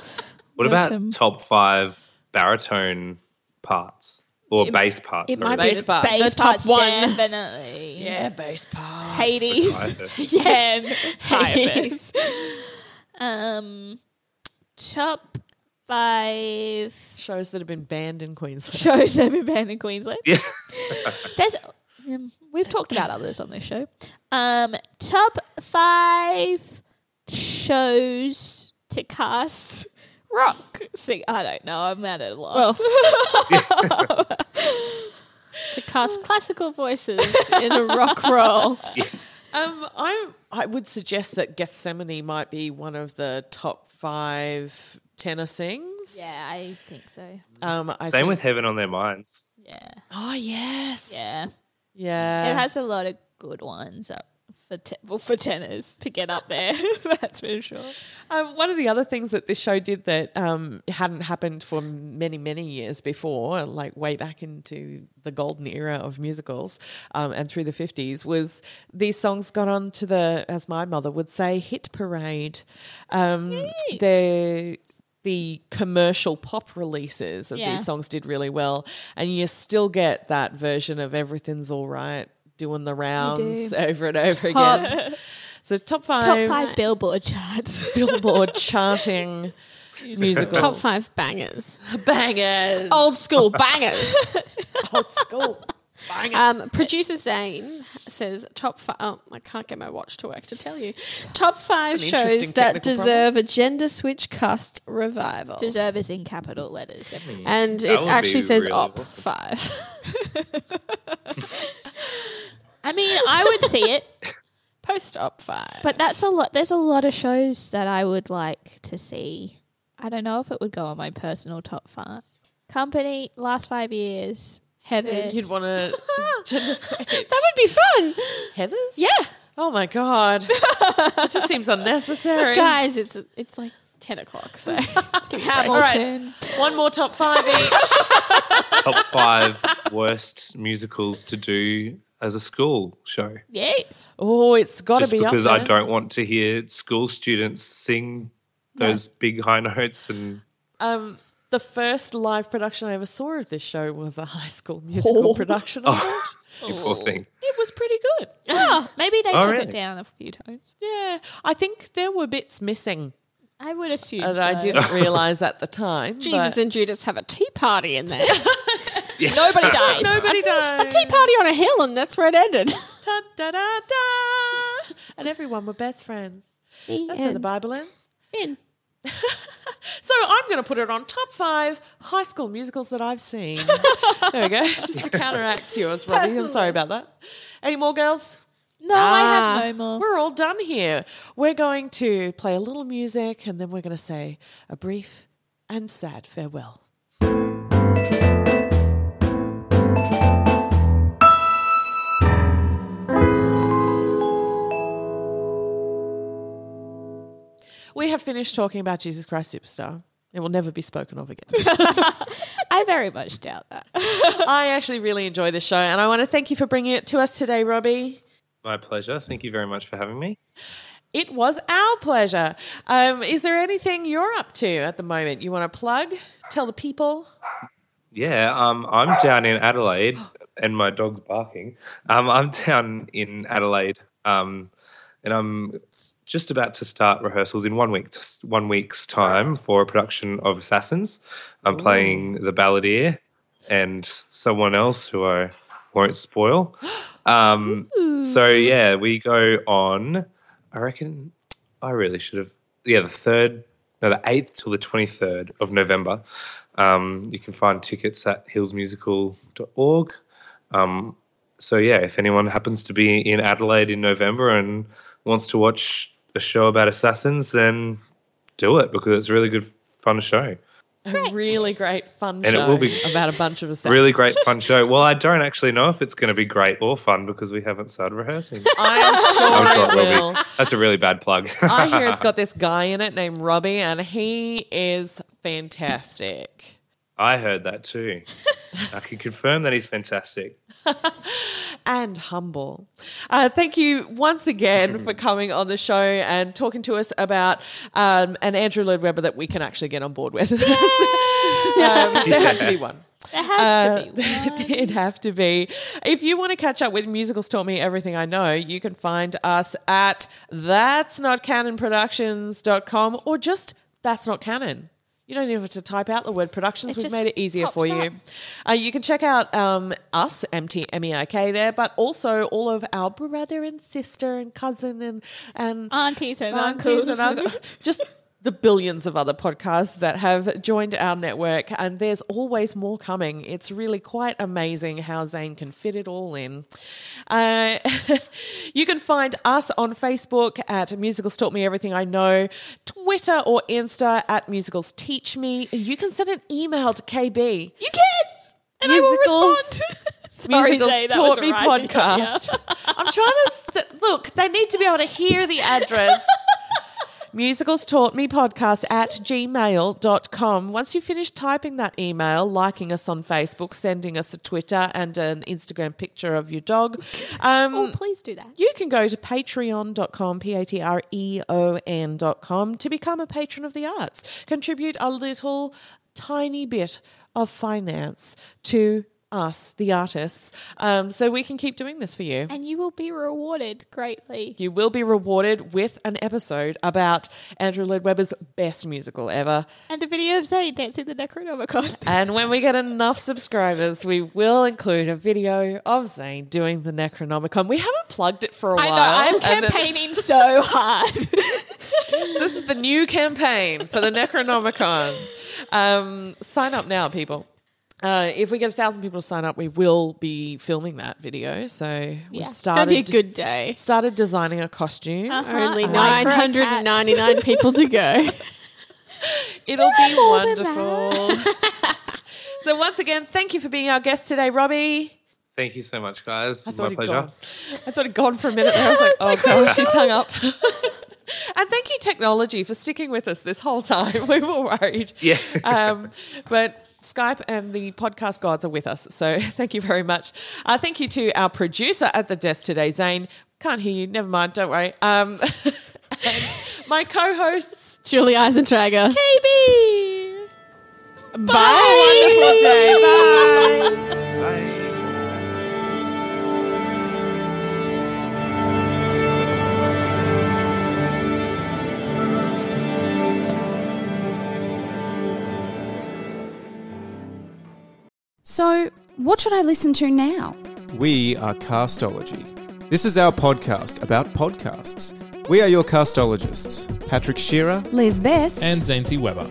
D: what
B: There's
D: about
B: some
D: top five baritone parts or bass parts?
C: It
D: sorry.
C: might be
A: Bass part.
C: the,
B: bass
C: the top
B: parts
C: one.
B: Definitely.
A: bass part.
B: Hades. Ten Hyphus. um, top five
A: Shows that have been banned in Queensland.
B: shows that have been banned in Queensland.
D: Yeah.
B: There's, um, we've talked about others on this show. Um, top five shows to cast rock. See, I don't know. I'm at a loss.
C: to cast classical voices in a rock roll.
A: Um, I I would suggest that Gethsemane might be one of the top five tenor sings.
B: yeah, I think so.
A: Um, I
D: Same
A: think-
D: with Heaven on Their Minds.
B: Yeah,
A: Oh yes.
B: yeah. Uh,
A: Yeah.
B: It has a lot of good ones up for te- well, for tenors to get up there. That's for sure.
A: Um, one of the other things that this show did that um, hadn't happened for many, many years before, like way back into the golden era of musicals um, and through the 50s, was these songs got on to the, as my mother would say, hit parade. Um, they the commercial pop releases of
B: Yeah.
A: these songs did really well. And you still get that version of Everything's All Right doing the rounds over and over again. So top five
B: Top five Billboard charts.
A: billboard charting musical
C: Top five bangers.
A: bangers.
C: Old school bangers.
A: Old school.
C: Um, producer Zane says top five. Oh, I can't get my watch to work to tell you. Top five
A: an interesting
C: shows that
A: technical
C: deserve a gender switch cast revival.
B: Deserve is in capital letters. everyone.
C: and
D: That
C: it
D: would
C: actually
D: be
C: says
D: really
C: op
D: awesome.
C: five.
B: I mean, I would see it,
C: Post op five.
B: but that's a lot. There's a lot of shows that I would like to see. I don't know if it would go on my personal top five. Company last five years.
C: Heathers.
A: You'd want to gender switch.
C: that would be fun.
A: Heathers?
C: Yeah.
A: Oh my god. that just seems unnecessary.
C: Guys, it's it's like ten o'clock, so
A: All right. One more top five each.
D: Top five worst musicals to do as a school show.
B: Yes.
A: Oh, it's got to
D: Just
A: be up
D: because
A: there.
D: I don't want to hear school students sing those big high notes and
A: Um, the first live production I ever saw of this show was a high school
D: Oh.
A: musical production. I watched.
D: you poor thing.
A: It was pretty good.
B: Oh, maybe they
D: Oh,
B: took
D: really?
B: it down a few times.
A: Yeah, I think there were bits missing
B: I would assume.
A: that
B: so.
A: I didn't realize at the time.
C: Jesus
A: but
C: and Judas have a tea party in there.
B: Nobody dies.
A: nobody
C: a
A: died.
C: tea party on a hill, and that's where it ended.
A: Ta da da da. And everyone were best friends. That's how the Bible ends.
C: Finn.
A: So I'm going to put it on top five high school musicals that I've seen. there we go. Just to counteract yours, Robbie. I'm sorry about that. Any more, girls?
B: No, I
C: Ah.
B: have no more.
A: We're all done here. We're going to play a little music and then we're going to say a brief and sad farewell. We have finished talking about Jesus Christ Superstar. It will never be spoken of again.
B: I very much doubt that.
A: I actually really enjoy this show and I want to thank you for bringing it to us today, Robbie.
D: My pleasure. Thank you very much for having me.
A: It was our pleasure. Um, is there anything you're up to at the moment? You want to plug? Tell the people.
D: Yeah, um, I'm down in Adelaide, and my dog's barking. Um, I'm down in Adelaide, um, and I'm just about to start rehearsals in one week, just one week's time for a production of Assassins. I'm playing the balladeer and someone else who I won't spoil. Um, so yeah, we go on. I reckon I really should have. Yeah, the third, no, the eighth till the twenty third of November. Um, you can find tickets at hillsmusical.org. Um, so yeah, if anyone happens to be in Adelaide in November and wants to watch a show about assassins, then do it because it's a really good, fun show.
A: A really great fun
D: it
A: show
D: will be
A: about a bunch of us.
D: Really great fun show. Well, I don't actually know if it's going to be great or fun because we haven't started rehearsing.
A: I'm
D: I'm
A: sure
D: sure
A: it
D: it
A: will.
D: be. That's a really bad plug.
A: I hear it's got this guy in it named Robbie, and he is fantastic.
D: I heard that too. I can confirm that he's fantastic.
A: and humble. Uh, thank you once again for coming on the show and talking to us about um, an Andrew Lloyd Webber that we can actually get on board with. um, There had to be one.
B: There has to
A: Uh,
B: be.
A: it did have to be. If you want to catch up with Musicals Taught Me Everything I Know, you can find us at that's not canonproductions.com or just that's not canon. You don't even have to type out the word productions.
B: It
A: We've
B: just
A: made it easier for
B: pops
A: you. Uh, you can check out um, us, MTMEIK, E there, but also all of our brother and sister and cousin and, and
B: Aunties and
A: aunties
B: uncles.
A: and uncles. Just the billions of other podcasts that have joined our network, and there's always more coming. It's really quite amazing how Zane can fit it all in. Uh, you can find us on Facebook at Musicals Taught Me Everything I Know, Twitter or Insta at Musicals Teach Me. You can send an email to KB.
B: you can! And I will
A: Musicals-
B: respond. Sorry,
A: Musicals
B: Zay, that was
A: Taught
B: a
A: Me
B: rising-
A: podcast. I'm trying to st- look, they need to be able to hear the address. Musicals Taught Me podcast at gmail.com. Once you finish typing that email, liking us on Facebook, sending us a Twitter and an Instagram picture of your dog, um,
B: Oh, please do that.
A: you can go to patreon.com, P A T R E O N.com, to become a patron of the arts. Contribute a little tiny bit of finance to us, the artists, um, so we can keep doing this for you.
B: And you will be rewarded greatly.
A: You will be rewarded with an episode about Andrew Lloyd Webber's best musical ever.
B: And a video of Zoe dancing the Necronomicon.
A: And when we get enough subscribers, we will include a video of Zane doing the Necronomicon. We haven't plugged it for a
B: I
A: while.
B: know, I'm
A: and it-
B: campaigning so hard.
A: this is the new campaign for the Necronomicon. Um, sign up now, people. Uh, if we get a thousand people to sign up, we will be filming that video. So we
B: Yeah.
A: have
C: That'd
A: started
C: be a good day.
A: started designing a costume.
C: Only
B: Microcats.
C: 999 people to go.
A: It'll be
B: more than
A: wonderful. so once again, thank you for being our guest today, Robbie.
D: Thank you so much, guys.
A: I
D: My
A: thought he'd
D: pleasure.
A: gone. I thought he'd gone for a minute. There. I was like, oh god, she's hung up. and thank you, technology, for sticking with us this whole time. We were worried.
D: Yeah.
A: Um, but Skype and the podcast gods are with us, so thank you very much. Uh, thank you to our producer at the desk today, Zane. Can't hear you. Never mind. Don't worry. Um, and my co-hosts.
C: Julie Eisentrager.
A: Baby.
C: Bye.
A: Wonderful day. Bye.
D: Bye.
E: So, what should I listen to now?
F: We are Castology. This is our podcast about podcasts. We are your castologists, Patrick Shearer.
E: Liz Best.
G: and Zancy Weber.